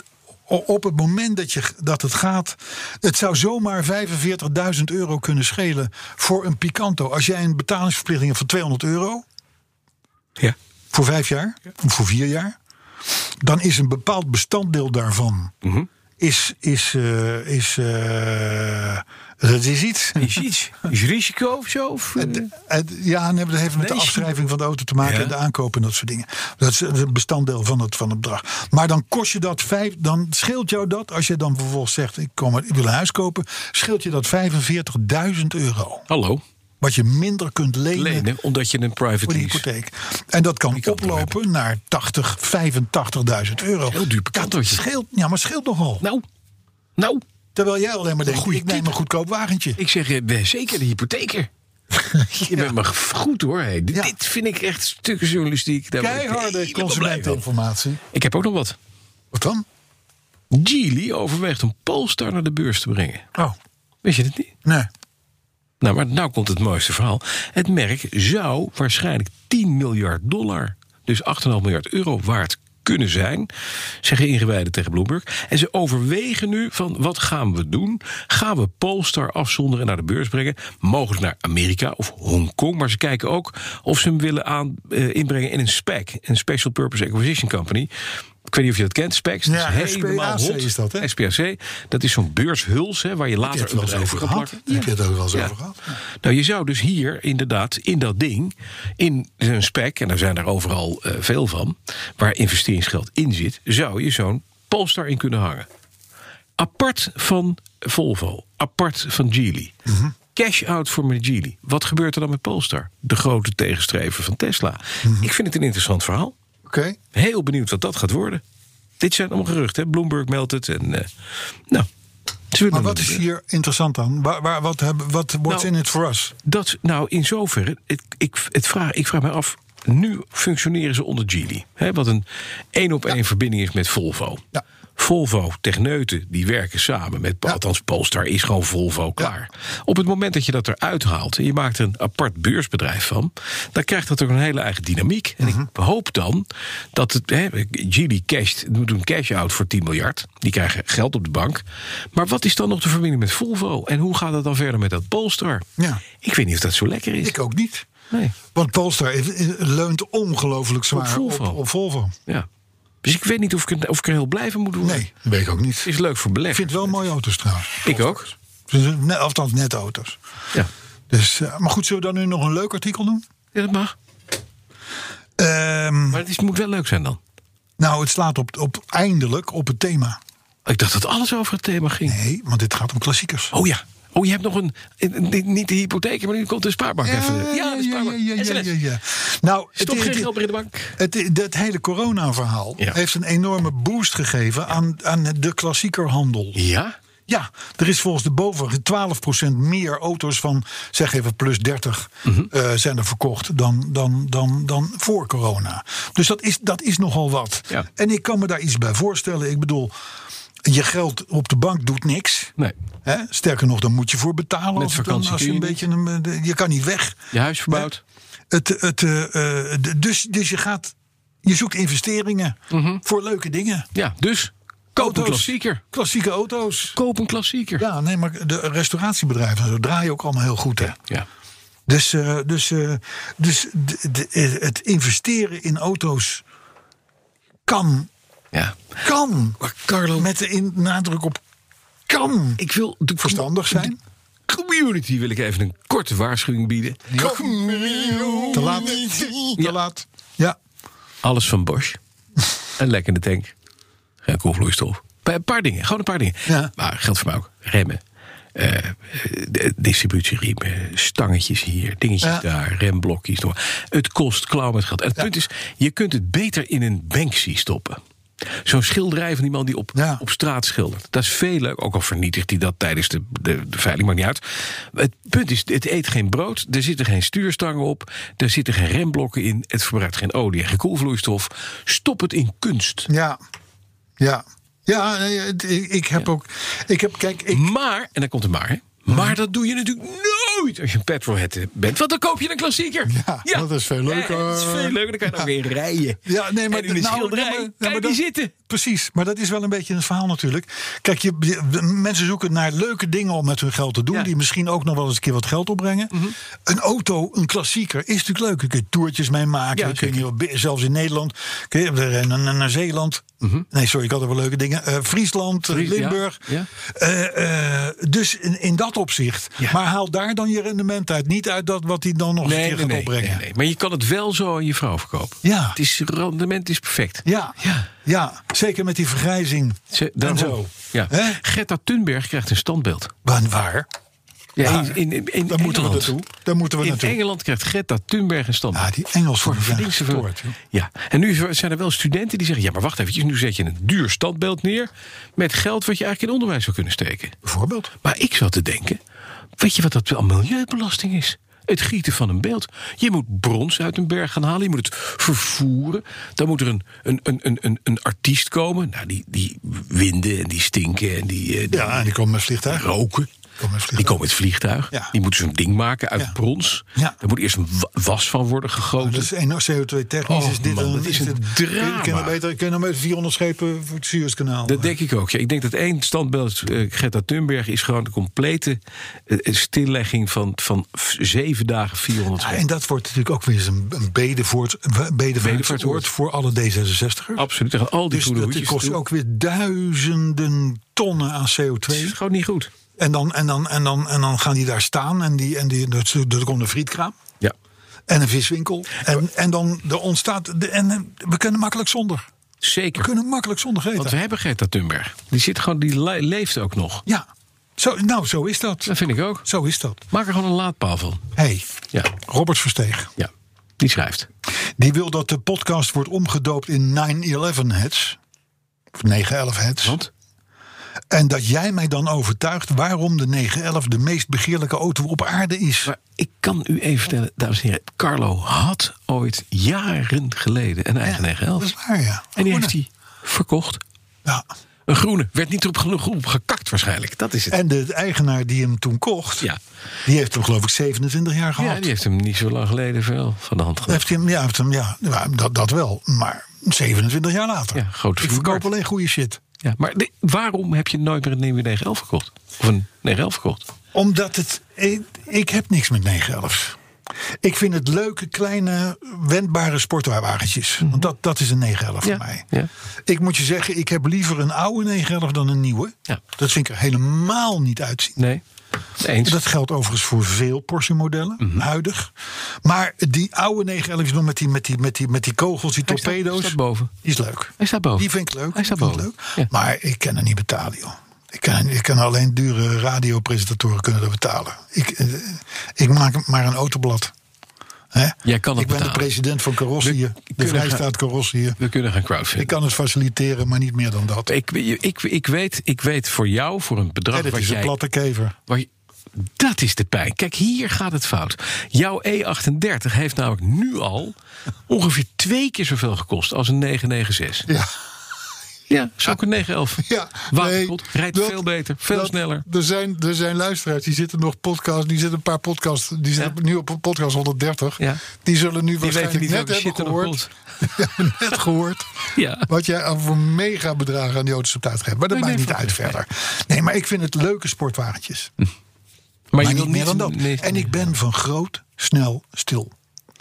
o- op het moment dat, je, dat het gaat... het zou zomaar 45.000 euro kunnen schelen voor een picanto. Als jij een betalingsverplichting hebt van 200 euro... Ja. voor vijf jaar, of voor vier jaar, dan is een bepaald bestanddeel daarvan. Is, is, eh, is, eh, dat is iets. Is iets? Is risico of zo? Of, eh, Het- ja, nee, dat heeft met de Nee, afschrijving van de auto te maken Ja. en de aankoop en dat soort dingen. Dat is een bestanddeel van het, van het bedrag. Maar dan kost je dat vijf, dan scheelt jou dat, als je dan vervolgens zegt: ik, kom, uit- ik wil een huis kopen, scheelt je dat 45.000 euro. Hallo, Wat je minder kunt lenen lenen, omdat je een voor private de lease... hypotheek. En dat kan Die kan oplopen naar 80, 85.000 euro. Heel duur bekant, dat hoor je. scheelt, Ja, maar scheelt nogal. Nou, nou, Terwijl jij alleen maar denkt, goede ik neem tip. een goedkoop wagentje. ik zeg, eh, ben zeker de hypotheker. Je bent maar goed hoor. Hey. Dit, Ja. dit vind ik echt stukken journalistiek. Daar word ik Keiharde helemaal blij van. consumenteninformatie. Ik heb ook nog wat. Wat dan? Geely overweegt om Polestar naar de beurs te brengen. Oh, Weet je dat niet? nee. Nou, maar nou komt het mooiste verhaal. Het merk zou waarschijnlijk 10 miljard dollar, dus 8,5 miljard euro waard kunnen zijn, zeggen ingewijden tegen Bloomberg. En ze overwegen nu van wat gaan we doen? Gaan we Polestar afzonderen en naar de beurs brengen? Mogelijk naar Amerika of Hongkong, maar ze kijken ook of ze hem willen aan, eh, inbrengen in een SPAC, een Special Purpose Acquisition Company. Ik weet niet of je dat kent, SPACs. dat Ja, is helemaal SPAC hot. is dat, hè? SPAC, dat is zo'n beurshuls hè, waar je Heb je later het een wel eens bedrijf over kan gehad? plakken. Heb je het ook wel eens Ja. over gehad? Nou, je zou dus hier inderdaad in dat ding, in zijn spec, en er zijn er overal eh, veel van, waar investeringsgeld in zit, zou je zo'n Polestar in kunnen hangen. Apart van Volvo, apart van Geely. Mhm. Cash out voor meneer Geely. Wat gebeurt er dan met Polestar? De grote tegenstrever van Tesla. Mhm. Ik vind het een interessant verhaal. Oké. Heel benieuwd wat dat gaat worden. Dit zijn allemaal geruchten. hè. Bloomberg meldt het. En, eh, nou, ze willen Maar het wat is doen. hier interessant aan? Waar, waar, wat hebben, wat, what's Nou, in it for us? Dat, nou, in zoverre, het, ik, het vraag, ik vraag me af. Nu functioneren ze onder Geely. Hè, wat een één op één verbinding is met Volvo. Ja. Volvo, Techneuten, die werken samen met... althans, Polestar is gewoon Volvo klaar. Op het moment dat je dat eruit haalt... en je maakt er een apart beursbedrijf van... dan krijgt dat ook een hele eigen dynamiek. En ik hoop dan dat het... Hè, Geely casht, doet een cash-out voor 10 miljard. Die krijgen geld op de bank. Maar wat is dan nog de verbinding met Volvo? En hoe gaat het dan verder met dat Polestar? Ja. Ik weet niet of dat zo lekker is. Ik ook niet. Nee. Want Polestar is- is- leunt ongelooflijk zwaar op Volvo. Volvo. Op, Volvo. Ja. Dus ik weet niet of ik, er- of ik er heel blij van moet worden. Nee, dat weet ik ook niet. Het is leuk voor Ik beleggen. vind het wel mooie auto's trouwens. Ik ook. Ze- ne- Althans, net auto's. Ja. Dus, eh, maar goed, zullen we dan nu nog een leuk artikel doen? ja, dat mag. Ehm, Maar het is, moet wel leuk zijn dan. nou, het slaat op, op, eindelijk op het thema. Ik dacht dat alles over het thema ging. Nee, want dit gaat om klassiekers. Oh ja. Oh, je hebt nog een... een- niet- Niet de hypotheek, maar nu komt de spaarbank even. Eh, Ja, de spaarbank. SNS. ja. Nou, Stop geen geld meer in de bank. Het, het hele corona-verhaal Ja. heeft een enorme boost gegeven aan, aan de klassiekerhandel. Ja? Ja, er is volgens de boven 12% meer auto's van, zeg even, plus 30 Mhm. eh, zijn er verkocht dan, dan, dan, dan voor corona. Dus dat is, dat is nogal wat. Ja. En ik kan me daar iets bij voorstellen. Ik bedoel, je geld op de bank doet niks. Nee. Hè? Sterker nog, dan moet je voor betalen. Met als het dan- vakantie als je kun een je beetje een, eh, je kan niet weg. Je huis verbouwd. Het, het, eh, eh, d- dus, dus je gaat. Je zoekt investeringen voor leuke dingen. Ja, dus Mhm. Koop een Auto's. klassieker. Klassieke auto's. Koop een klassieker. Ja, nee, maar de restauratiebedrijven en zo draaien ook allemaal heel goed. Hè? Ja. Dus, eh, dus, eh, dus de- de- eh, het investeren in auto's kan. ja. Kan. Maar Carlo, Met de in- nadruk op kan. ik wil de Verstandig zijn. de community wil ik even een korte waarschuwing bieden. Te laat. Te laat. Ja. Alles van Bosch. een lek in de tank. Geen koelvloeistof. Pa- Een paar dingen, gewoon een paar dingen. Ja. Maar geldt voor mij ook. Remmen. eh, eh, de- distributieriemen, stangetjes hier, dingetjes Ja. daar, remblokjes. nog. Het kost klauw met geld. En het punt is, je kunt het beter in een Banksy stoppen. Zo'n schilderij van die man die op, Ja. op straat schildert. Dat is veel leuk. Ook al vernietigt hij dat tijdens de, de, de veiling, maakt niet uit. Het punt is, het eet geen brood. Er zitten geen stuurstangen op. Er zitten geen remblokken in. Het verbruikt geen olie en geen koelvloeistof. Stop het in kunst. Ja. Ja. Ja, nee, het- Eh, ik, ik heb ook. Ik heb, kijk, ik, Maar, en daar komt het maar, hè. Maar dat doe je natuurlijk nooit als je een petrolhead eh, bent. Want dan koop je een klassieker. Ja, dat is veel leuker. Ja, dat is veel leuker. Dan kan je nog weer rijden. Ja, nee, maar en in een nou, schilderij. nee, maar- nee, kan je maar die dat- zitten. Precies, maar dat is wel een beetje het verhaal natuurlijk. Kijk, je, je- de mensen zoeken naar leuke dingen om met hun geld te doen. Ja. Mhm. Die misschien ook nog wel eens een keer wat geld opbrengen. Een auto, een klassieker, is natuurlijk leuk. Daar kun je toertjes mee maken. Ja, kun je, wel bi- zelfs in Nederland. Kun je naar, naar, naar Zeeland. Nee, sorry, ik had er wel leuke dingen. Eh, Friesland, eh, Mhm. Fries- ja, Limburg. ja. Eh, eh, dus in, in dat opzicht. Ja. Maar haal daar dan je rendement uit. Niet uit dat wat hij dan nog een keer gaat opbrengen. nee, nee. Maar je kan het wel zo aan je vrouw verkopen. Ja. Het is, rendement is perfect. Ja, Ja. ja. zeker met die vergrijzing. Ze- en daarom. zo. Ja. Hè? Greta Thunberg krijgt een standbeeld. Waar- Waar? Ja, in, in, in, in Daar moeten we Engeland. naartoe. Daar moeten we in naartoe. Engeland krijgt Greta Thunberg een standbeeld. Ja, die Engels worden zijn Verdiensten van- gestoord. joh. Ja, en nu zijn er wel studenten die zeggen... ja, maar wacht eventjes, nu zet je een duur standbeeld neer... met geld wat je eigenlijk in onderwijs zou kunnen steken. Bijvoorbeeld. Maar ik zat te denken, weet je wat dat wel milieubelasting is? Het gieten van een beeld. Je moet brons uit een berg gaan halen. Je moet het vervoeren. Dan moet er een, een, een, een, een, een artiest komen. Nou, die, die winden en die stinken en die, eh, die Ja, en die komen met vliegtuig. roken. Komen met vliegtuig. Die komen met vliegtuig. Ja. Die moeten zo'n ding maken uit Ja. brons. Ja. Daar moet eerst een wa- was van worden Dat gegoten. is Dus enorm CO2-technisch. Oh, is dit man, een, dat is een dit- drama. Kun je beter, kun je nou beter 400 schepen voor het Suezkanaal? Dat denk ik ook. Ja. Ik denk dat één standbeeld eh, Greta Thunberg is gewoon de complete eh, stillegging van, van v- zeven dagen 400 Ja, en dat wordt natuurlijk ook weer eens een, een bedevoort, bedevaartsoord Bedevaartsoord. voor alle D66'ers. Absoluut. Tegen al die Dus groene dat hoedjes kost toe. ook weer duizenden tonnen aan Het is CO2. gewoon niet goed. En dan, en, dan, en, dan, en dan gaan die daar staan en, die, en die, er er komt een frietkraam. Ja. En een viswinkel. En, en dan er ontstaat. De, en eh, we kunnen makkelijk zonder. We Zeker. kunnen makkelijk zonder eten. Want we hebben Greta Thunberg. Die, zit gewoon, die le- leeft ook nog. Ja, zo, nou, zo is dat. Dat vind ik ook. Zo is dat. Maak er gewoon een laadpaal van. hey, Ja. Robert Versteeg. ja. Die schrijft. Die wil dat de podcast wordt omgedoopt in 9-11-heads. Of 9-11-heads. Want? En dat jij mij dan overtuigt waarom de 9-11 de meest begeerlijke auto op aarde is. Maar ik kan u even vertellen, dames en heren. Carlo had ooit jaren geleden een eigen Ja, Dat is 911. waar, ja. En die heeft Groene. hij verkocht. Ja. Een groene. Werd niet erop genoeg op gekakt waarschijnlijk. Dat is het. En de eigenaar die hem toen kocht, Ja. die heeft hem geloof ik 27 jaar Eh, gehad. Ja, die heeft hem niet zo lang geleden veel van de hand gedaan. Heeft hij hem, ja, heeft hem, ja ja, dat, dat wel. Maar 27 jaar later. Ja, groot ik vermarkt. verkoop alleen goede shit. Ja, maar de- waarom heb je nooit meer een nieuwe 911 verkocht? Of een 911 verkocht? Omdat het. Ik, ik heb niks met 911. Ik vind het leuke, kleine, wendbare sportwagentjes. Want dat, dat is een 911 Mhm. Ja, voor mij. ja. Ik moet je zeggen, ik heb liever een oude 911 dan een nieuwe. Ja. Dat vind ik er helemaal niet uitzien. Nee. Eens. Dat geldt overigens voor veel Porsche-modellen, Mhm. huidig. Maar die oude 911 is nog met die, met, die, met, die, met die kogels, die Hij staat- torpedo's. staat boven. Die is leuk. Hij staat boven. Die vind ik leuk. Oh. Hij staat die vind boven. ik Ja. Leuk. Maar ik kan er niet betalen, joh. Ik kan, ik kan alleen dure radiopresentatoren kunnen dat betalen. Ik, eh, ik maak maar een autoblad. Hè? Jij kan het ik ben betalen. de president van Carrossië, We de kunnen Vrijstaat Carrossië. We kunnen gaan crowdfunding. Ik kan het faciliteren, maar niet meer dan dat. Ik, ik, ik, ik, weet, ik weet voor jou, voor een bedrag Hè, dat wat is een jij... platte kever. wat je- dat is de pijn. Kijk, hier gaat het fout. Jouw E38 heeft namelijk nu al ongeveer twee keer zoveel gekost als een 996. Ja. Ja, is ook een 911. Ja, Waterpot, nee, rijdt dat- veel beter, veel dat- sneller. Er zijn, er zijn luisteraars die zitten nog podcast, die zitten een paar podcasts, die zitten nu op podcast 130. Ja. Die zullen nu Die weten waarschijnlijk niet net welke shit er hebben nog gehoord, komt. net gehoord Ja. wat jij aan voor mega bedragen aan die auto's hebt uitgegeven. Maar dat Nee, maakt nee, niet uit verder. Nee, maar ik vind het leuke sportwagentjes. Maar, Maar je niet wilt meer dan niet dat. nee, En ik ben van groot, snel, stil.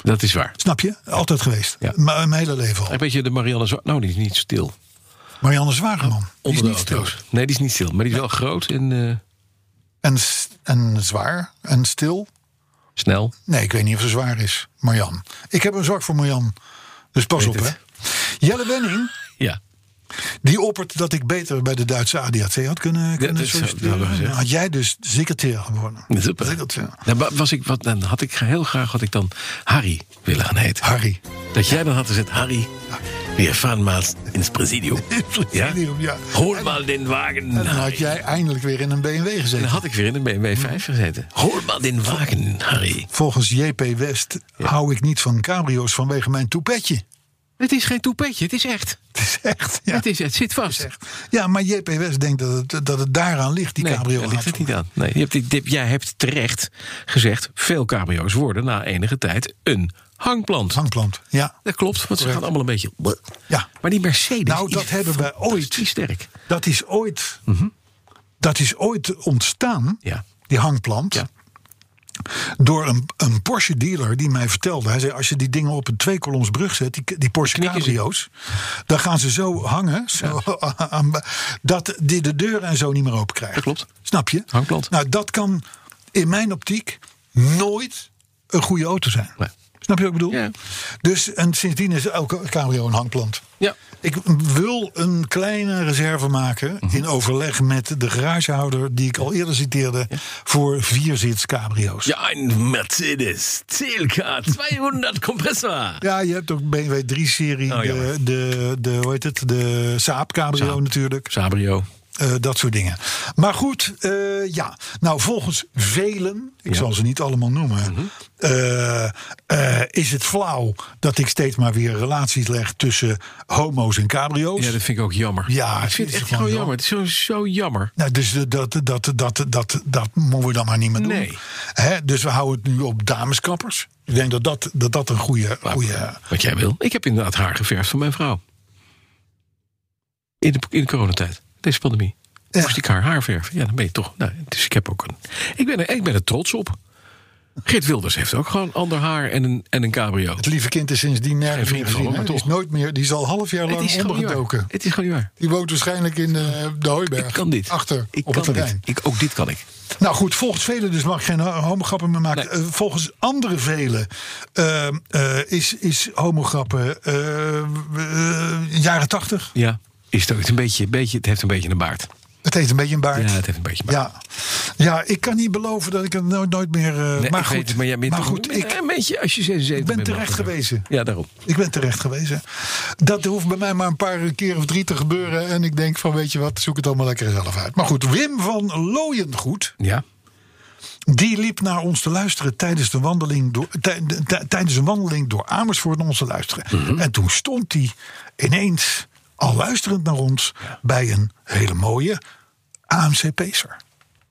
Dat is waar. Snap je? Altijd geweest. Ja. Maar mijn hele leven al. Een beetje de Marianne Zwa- Nou, die is niet stil. Marianne Zwageman. Die is Onder de niet stil. auto's. Nee, die is niet stil. Maar die is wel groot en eh, En, s- en zwaar. En stil. snel. Nee, ik weet niet of ze zwaar is. Marjan. Ik heb een zwak voor Marjan. Dus pas op, Weet hè. het. Jelle Wenning, Ja. die oppert dat ik beter bij de Duitse ADAC had kunnen, kunnen dat is- solliciteren. dat is- Dan had jij dus secretair geworden. Super. Secretair. Dan wa- was ik, wat, dan had ik heel graag had ik dan Harry willen gaan heten. Harry. Dat jij dan had gezegd, Harry, we gaan maar ins presidium. presidium, ja. Hol maar den wagen. En dan had jij Hmm. eindelijk weer in een BMW En gezeten. dan had ik weer in een BMW 5 gezeten. Hol maar den wagen, Harry. Volgens JP West hou ik niet van cabrio's vanwege mijn toepetje. Het is geen toepetje, het is echt. Het is echt. Ja, Het, is, het zit vast. ja maar JP West denkt dat het, dat het daaraan ligt, die Nee, cabrio. daar ligt het niet aan. Nee, je hebt, die- dit- jij hebt terecht gezegd, veel cabrio's worden na enige tijd een hangplant. Hangplant, ja. Dat klopt, want ze gaan allemaal een beetje... Ja. Maar die Mercedes Nou, dat is hebben wij ooit. fantastisch sterk. Dat is ooit, dat is ooit ontstaan, Mhm. Ja. die hangplant. Ja. Door een, een Porsche dealer die mij vertelde. Hij zei: Als je die dingen op een twee kolons brug zet, die, die Porsche Knikken ze. cabrio's. dan gaan ze zo hangen. Zo, aan- dat die de deuren en zo niet meer open krijgen. Dat klopt. Snap je? Hangplant. Nou, dat kan in mijn optiek nooit een goede auto zijn. Nee. Snap je wat ik bedoel? Ja. Dus en sindsdien is elke cabrio een hangplant. Ja. Ik wil een kleine reserve maken Mhm. in overleg met de garagehouder die ik al eerder citeerde voor vierzits cabrio's. Ja, een Mercedes CLK 200 compressor. Ja, je hebt ook BMW 3-serie, Oh, de, jammer. de, de, hoe heet het, de Saab cabrio Saab. natuurlijk, Sabrio. Eh, dat soort dingen. Maar goed, eh, ja, nou volgens velen, ik Ja. Mhm. zal ze niet allemaal noemen, eh, eh, is het flauw dat ik steeds maar weer relaties leg tussen homo's en cabrio's. Ja, dat vind ik ook jammer. Ja, ik vind is het echt gewoon gewoon jammer. Het is zo, zo jammer. Nou, dus dat, dat, dat, dat, dat, dat moeten we dan maar niet meer doen. Nee. Hè, dus we houden het nu op dameskappers. Ik denk dat dat, dat, dat een goede. goede Wat jij wil. Ik heb inderdaad haar geverfd van mijn vrouw. In de, in de coronatijd. Deze pandemie. Ja. Moest ik haar haar verven. Ja, dan ben je toch... Nou, dus ik heb ook een... Ik ben er, ik ben er trots op. Geert Wilders heeft ook gewoon ander haar en een, en een cabrio. het lieve kind is sindsdien nergens Geen meer vriend van gezien. hè. hem, Die is maar nooit meer. Die is al half jaar lang gewoon niet waar. ondergedoken. Het is gewoon niet waar. Die woont waarschijnlijk in eh, de Hooiberg. Ik kan dit. Achter ik op kan het terrein. Dit. Ik, ook dit kan ik. Nou goed, volgens velen dus mag ik geen homograppen meer maken. Nee. Eh, volgens andere velen eh, eh, is, is homograppen eh, eh, jaren tachtig. Ja. Is het, ook, het, is een beetje, beetje, het heeft een beetje een baard. Het heeft een beetje een Ja, baard. het heeft een beetje een baard. Ja. ja, ik kan niet beloven dat ik het nooit, nooit meer. eh, Nee, maar ik goed, weet het, maar jij bent maar toch goed een- ik, een beetje als je 76 ik ben bent, terecht mag je zeggen. gewezen. Ja, daarom. Ik ben terecht gewezen. Dat hoeft bij mij maar een paar keer of drie te gebeuren. En ik denk van, weet je wat, zoek het allemaal lekker zelf uit. Maar goed, Wim van Looyengoed, Ja. die liep naar ons te luisteren tijdens, de wandeling door, tij- tij- tijdens een wandeling door Amersfoort naar ons te luisteren. En toen stond hij ineens, al luisterend naar ons, bij een hele mooie AMC-pacer.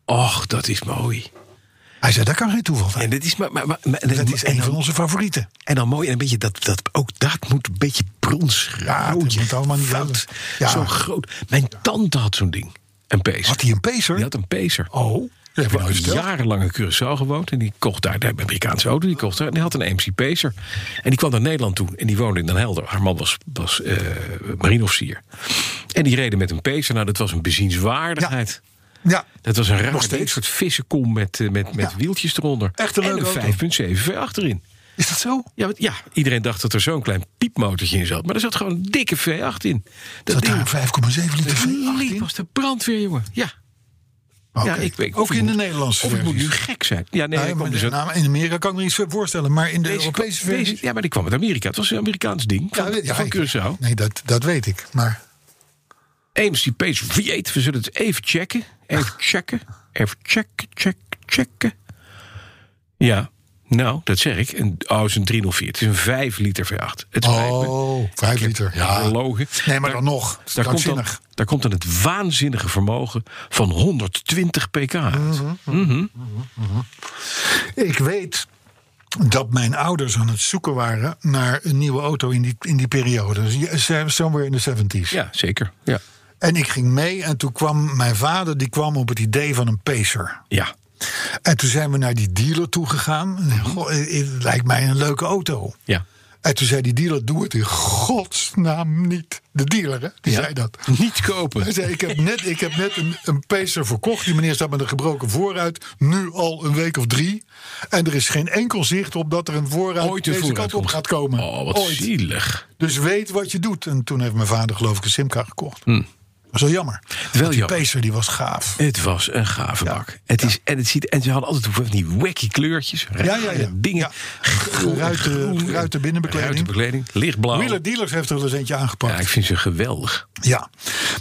Och, dat is mooi. Hij zei, dat kan geen toeval zijn. En dit is maar, maar, maar- maar- en, Dat is en een dan, van onze favorieten. en dan mooi en een beetje dat, dat ook dat moet een beetje brons Ja, dat moet allemaal niet goud, wel. Ja. zo groot. Mijn tante had zo'n ding, een pees. Had hij een pacer? Die had een peser. Oh, dat heb Ik ik nooit heb verteld. jarenlang in Curaçao gewoond. En die kocht daar, daar een Amerikaanse auto. Die kocht daar. En die had een MC Pacer. En die kwam naar Nederland toe. En die woonde in Den Helder. Haar man was, was eh, marineofficier. En die reden met een Pacer. Nou, dat was een bezienswaardigheid. Ja, Dat was een raar Nog steeds. ding, een soort vissenkom met, eh, met, met Ja. wieltjes eronder. Echt een leuke auto. En een 5.7 V achterin. is dat zo? Ja, want, ja, iedereen dacht dat er zo'n klein piepmotortje in zat. Maar er zat gewoon een dikke V8 in. Dat Dat ding daar een 5,7 liter liep V18? als de brandweer, jongen. Ja, Oké. ja ik, weet Ook of ik in de moet- Nederlandse Of ik moet versie. nu gek zijn. Ja, nee, Nou ik ja, kom maar dus de uit- naam- in Amerika kan ik me iets voor voorstellen, maar in de Deze- deze- Europese versie. ja, maar die kwam uit Amerika. Het was een Amerikaans ding Ja, van, weet- ja, van ik- Curaçao. Nee, dat, dat weet ik. Maar AMC Page V8. We zullen het even checken. Even checken. Even checken, checken, checken. Ja. Nou, dat zeg ik. En, oh, het is een 304. Het is een 5 liter V8. Het spijt me. Oh, 5 liter. Ja, Ja. gelogen. Nee, maar dan nog. Daar komt dan, Krankzinnig. daar komt dan het waanzinnige vermogen van 120 pk uit. Mhm. Ik weet dat mijn ouders aan het zoeken waren naar een nieuwe auto in die, in die periode. Dus ja, ze- Somewhere in the 70s. Ja, zeker. Ja. En ik ging mee en toen kwam mijn vader die kwam op het idee van een pacer. ja. En toen zijn we naar die dealer toe gegaan. Mhm. En, Goh, eh, eh, lijkt mij een leuke auto. Ja. En toen zei die dealer, doe het in godsnaam niet. De dealer, hè? Die Ja. zei dat. Niet Hij kopen. zei, ik heb net, ik heb net een, een pacer verkocht. Die meneer staat met een gebroken voorruit. Nu al een week of drie. En er is geen enkel zicht op dat er een voorruit Ooit een deze vooruit kant op komt. gaat komen. Oh, wat Ooit. zielig. Dus weet wat je doet. En toen heeft mijn vader geloof ik een simkaart gekocht. Dat is wel jammer. Hmm. Wel Want die jammer. pacer die was gaaf. Het was een gave Ja. bak. Het is, en, het ziet, en ze hadden altijd van die wacky kleurtjes. Rare Ja, ja, ja. Dingen. Ja. Geruite- groen en- geruite binnenbekleding. Geruite bekleding. Lichtblauw. Wheeler Dealers heeft er wel eens eentje aangepakt. Ja, ik vind ze geweldig. Ja,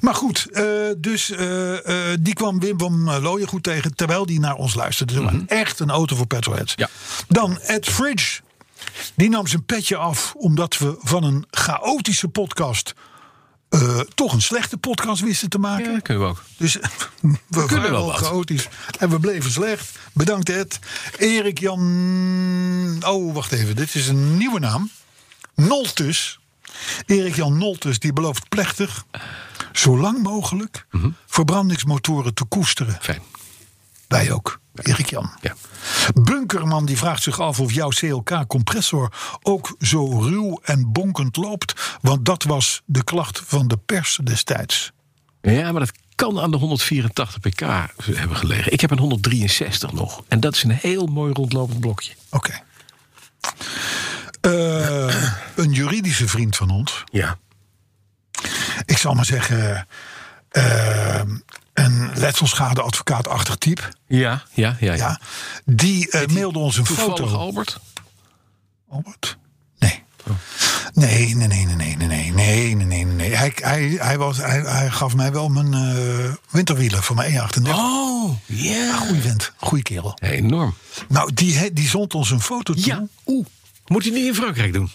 maar goed, eh, dus eh, eh, die kwam Wim van Looyen goed tegen... terwijl die naar ons luisterde. Dus Echt een auto voor petrolheads. Mhm. Ja. Dan Ed Fridge. Die nam zijn petje af omdat we van een chaotische podcast... eh, toch een slechte podcast wisten te maken. Ja, dat kunnen we ook. Dus we waren wel al wat. chaotisch en we bleven slecht. Bedankt Ed. Erik Jan... Oh, wacht even. Dit is een nieuwe naam. Noltus. Erik Jan Noltus die belooft plechtig... zo lang mogelijk Mhm. verbrandingsmotoren te koesteren. Fijn. Wij ook. Erik Jan. Ja. Bunkerman die vraagt zich af of jouw CLK-compressor ook zo ruw en bonkend loopt. Want dat was de klacht van de pers destijds. Ja, maar dat kan aan de 184 pk hebben gelegen. Ik heb een 163 nog. En dat is een heel mooi rondlopend blokje. Oké. Eh, een juridische vriend van ons. Ja. Ik zal maar zeggen. eh, een letselschadeadvocaatachtig type. Ja, ja, ja. ja. Ja. Die eh, mailde ons een Toevallig foto. Albert. Albert? Nee. Nee, nee, nee, nee, nee, nee, nee, nee, nee, nee, nee. Hij, hij, hij, was, hij, hij gaf mij wel mijn eh, winterwielen voor mijn E38. Oh, ja. Goeie vent, goeie kerel. Enorm. Nou, die, he- die zond ons een foto toe. Ja, oeh. Moet hij niet in Frankrijk doen?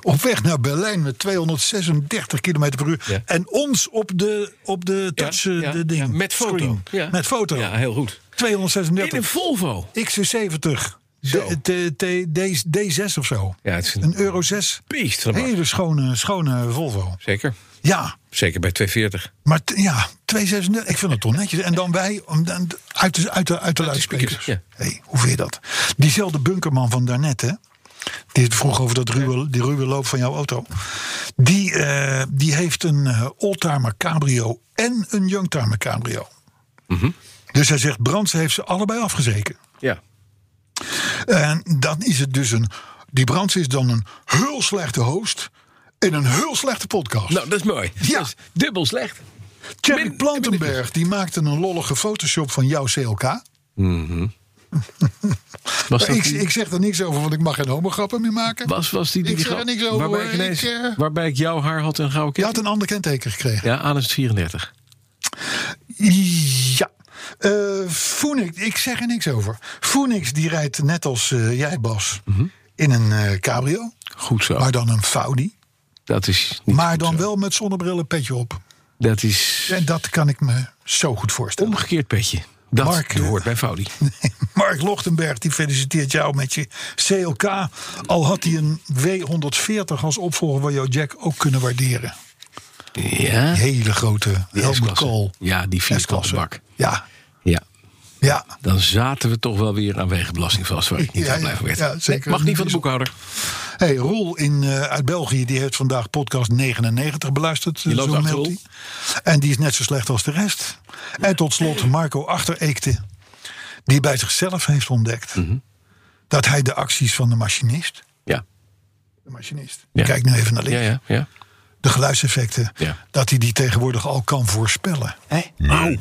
Op weg naar Berlijn met 236 km per uur. Ja. En ons op de, op de touch eh, de ding. Met foto. Screen. Ja. Met foto. Ja, heel goed. In een 236. Volvo. XC70. Zo. D, t, t, D, D6 of zo. Ja, het is een- een, euro 6. Beest van een bak. Hele schone, schone Volvo. Zeker. Ja, Zeker bij 240. maar t- ja, 236. Ik vind het toch netjes. En dan wij om- dan uit de, uit de, uit de luidsprekers. speakers, Hey, hoe vind je dat? Diezelfde bunkerman van daarnet, hè? Die het vroeg over dat ruwe, die ruwe loop van jouw auto. Die, eh, die heeft een eh, oldtimer cabrio en een youngtimer cabrio. Dus hij zegt, Brandse heeft ze allebei afgezeken. Ja. En dan is het dus een... Die Brandse is dan een heel slechte host... in een heel slechte podcast. Nou, dat is mooi. Ja. Dat is dubbel slecht. Thierry Ben- Plantenberg die maakte een lollige Photoshop van jouw CLK. Was Mhm. dat ik, die- ik zeg er niks over, want ik mag geen homograppen meer maken. was, was die, die ik zeg grap- er niks over. Waarbij ik, hoor. ineens- Ik, eh, waarbij ik jouw haar had en gauw je keer. had een ander kenteken gekregen. Ja, aan is 34. Ja. Eh, Phoenix, ik zeg er niks over. Phoenix die rijdt net als eh, jij, Bas, Mhm. in een eh, cabrio. Goed zo. Maar dan een Faudi. dat is niet maar goed dan zo. wel met zonnebrillen petje op. Dat is En dat kan ik me zo goed voorstellen. omgekeerd petje. Dat Mark, hoort bij Faudi. Mark Lochtenberg die feliciteert jou met je CLK. Al had hij een W140 als opvolger waar jouw Jack ook kunnen waarderen. Ja. Die hele grote Die Helmut S-klasse. Kool. Ja, die vierkante S-klasse. bak. Ja, Ja. ja. Dan zaten we toch wel weer aan wegenbelasting vast. Waar ik niet Ja, aan blijven ja, werd. ja, Nee, zeker. mag niet van de boekhouder. Hey, Roel in, eh, uit België die heeft vandaag podcast 99 beluisterd. Die loopt zo achter meldt Roel. hij. En die is net zo slecht als de rest. En tot slot Marco Achtereekte. Die bij zichzelf heeft ontdekt Mhm. dat hij de acties van de machinist. Ja. De machinist. Ja. Kijk nu even naar links. Ja, ja, ja. de geluidseffecten, Ja. dat hij die tegenwoordig al kan voorspellen. Oeh,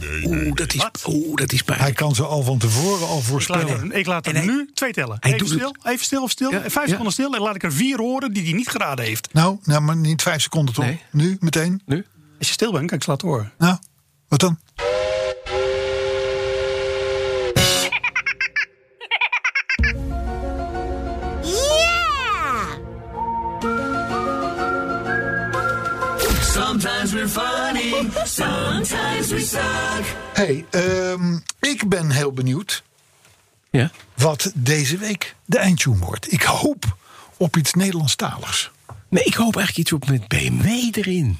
dat is, oeh, dat is Hij pijnlijk. kan ze al van tevoren al Ik dus laat er, voorspellen. ik laat er En hij- nu twee tellen. hij Even doet het. stil, even stil of stil. Ja, Vijf ja. seconden stil en laat ik er vier horen die hij niet geraden heeft. Nou, nou, maar niet vijf seconden toch? Nee. Nu, meteen. Nu? Als je stil bent, kan ik ze laten horen. Nou, wat dan? Sometimes we're funny, sometimes we suck. Hey, ehm, ik ben heel benieuwd Ja. wat deze week de eindtune wordt. Ik hoop op iets Nederlandstaligs. Nee, ik hoop eigenlijk iets op met BMW erin.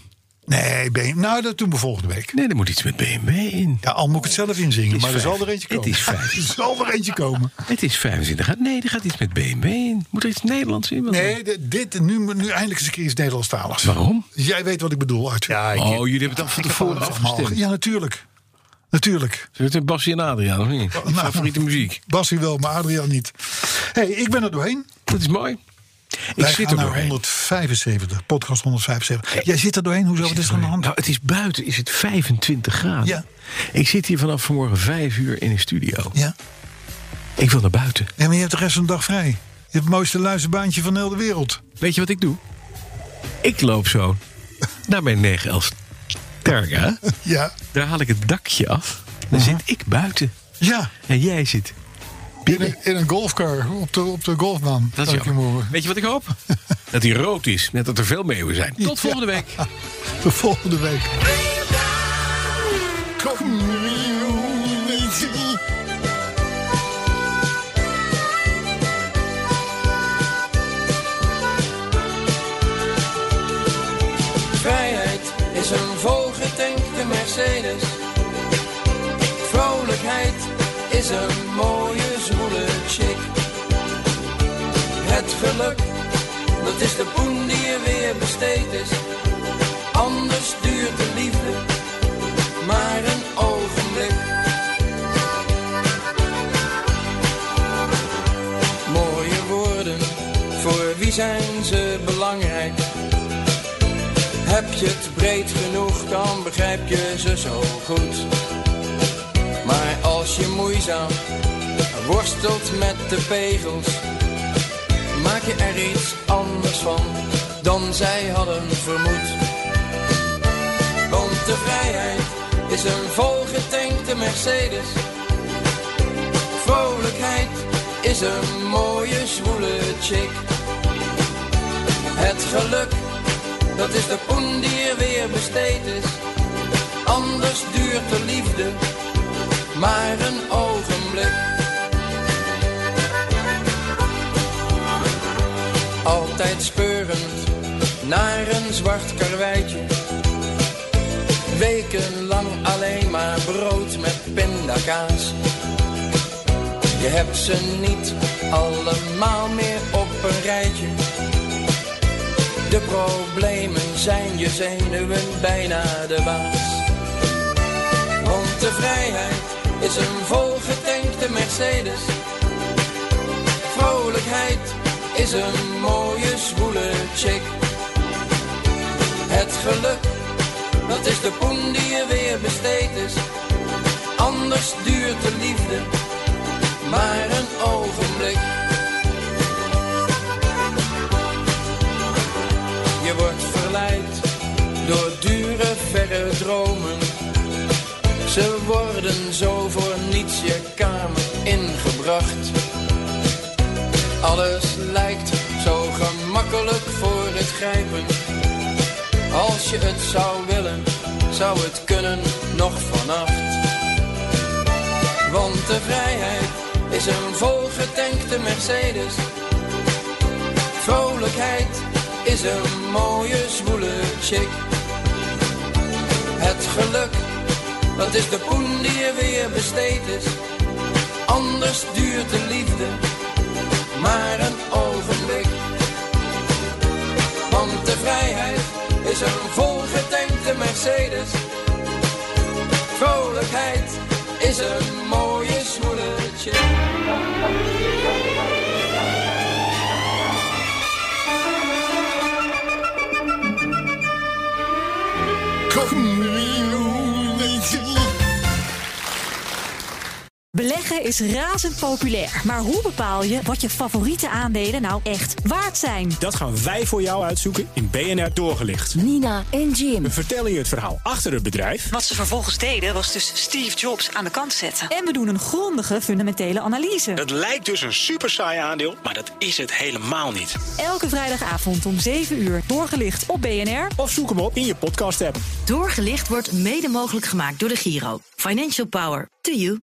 Nee, ben, nou, dat doen we volgende week. Nee, er moet iets met BMW in. Ja, al moet ik het zelf inzingen, is maar er zal vijf. er eentje Het komen. is vijf. er zal er eentje komen. Het is 25 graden. Nee, er gaat iets met BMW in. Moet er iets Nederlands in? Want- Nee, de- dit, nu, nu eindelijk eens een keer iets Nederlandstaligs. Waarom? Jij weet wat ik bedoel, Arthur. Ja, Oh, jullie hebben het al van tevoren afgestemd. Ja, natuurlijk. Natuurlijk. Ze hebben Basje en Adriaan, of niet? Nou. Favoriete muziek. Basie wel, maar Adriaan niet. hey, ik ben er doorheen. Dat is mooi. Ik Wij zit gaan nou er naar doorheen. 175, podcast 175. Jij zit er doorheen, hoezo? Wat is er aan de hand? Nou, het is buiten, is het 25 graden. Ja. Ik zit hier vanaf vanmorgen 5 uur in een studio. Ja? Ik wil naar buiten. ja, maar je hebt de rest van de dag vrij. Je hebt het mooiste luisterbaantje van heel de wereld. Weet je wat ik doe? Ik loop zo naar mijn 9 Els Terga. Ja. Daar haal ik het dakje af. Dan zit ik buiten. Mhm. Ja. En jij zit In binnen. een, in een golfcar op de, op de golfbaan. Dat is Dank je, jammer. Moeren. Weet je wat ik hoop? Dat hij rood is. Net dat er veel meeuwen zijn. Tot volgende week. De volgende week. Community. Vrijheid is een volgetankte Mercedes. Vrolijkheid is een mooie zwoele chick. Het geluk, dat is de poen die je weer besteed is. Anders duurt de liefde maar een ogenblik. Mooie woorden, voor wie zijn ze belangrijk? Heb je het breed genoeg, dan begrijp je ze zo goed. Maar als je moeizaam worstelt met de pegels, maak je er iets anders van dan zij hadden vermoed. Want de vrijheid is een volgetankte Mercedes. Vrolijkheid is een mooie zwoele chick. Het geluk, dat is de poen die er weer besteed is. Anders duurt de liefde maar een ogenblik. Altijd speurend naar een zwart karweitje. Wekenlang alleen maar brood met pindakaas. Je hebt ze niet allemaal meer op een rijtje. De problemen zijn je zenuwen bijna de baas. Want de vrijheid is een volgetankte Mercedes. Vrolijkheid is een mooie zwoele chick. Het geluk, dat is de poen die je weer besteed is. Anders duurt de liefde maar een ogenblik. Je wordt verleid door dure verre dromen. Ze worden zo voor niets je kamer ingebracht. Alles lijkt zo gemakkelijk voor het grijpen. Als je het zou willen, zou het kunnen nog vannacht. Want de vrijheid is een volgetankte Mercedes. Vrolijkheid is een mooie zwoele chick. Het geluk, dat is de poen die er weer besteed is. Anders duurt de liefde maar een ogenblik. Want de vrijheid is een volgetankte Mercedes. Vrolijkheid is een mooie zwoele chick. Community. Beleggen is razend populair. Maar hoe bepaal je wat je favoriete aandelen nou echt waard zijn? Dat gaan wij voor jou uitzoeken in BNR Doorgelicht. Nina en Jim. We vertellen je het verhaal achter het bedrijf. Wat ze vervolgens deden was dus Steve Jobs aan de kant zetten. En we doen een grondige fundamentele analyse. Het lijkt dus een super saai aandeel, maar dat is het helemaal niet. Elke vrijdagavond om 7 uur doorgelicht op BNR. Of zoek hem op in je podcast app. Doorgelicht wordt mede mogelijk gemaakt door de Giro. Financial Power to you.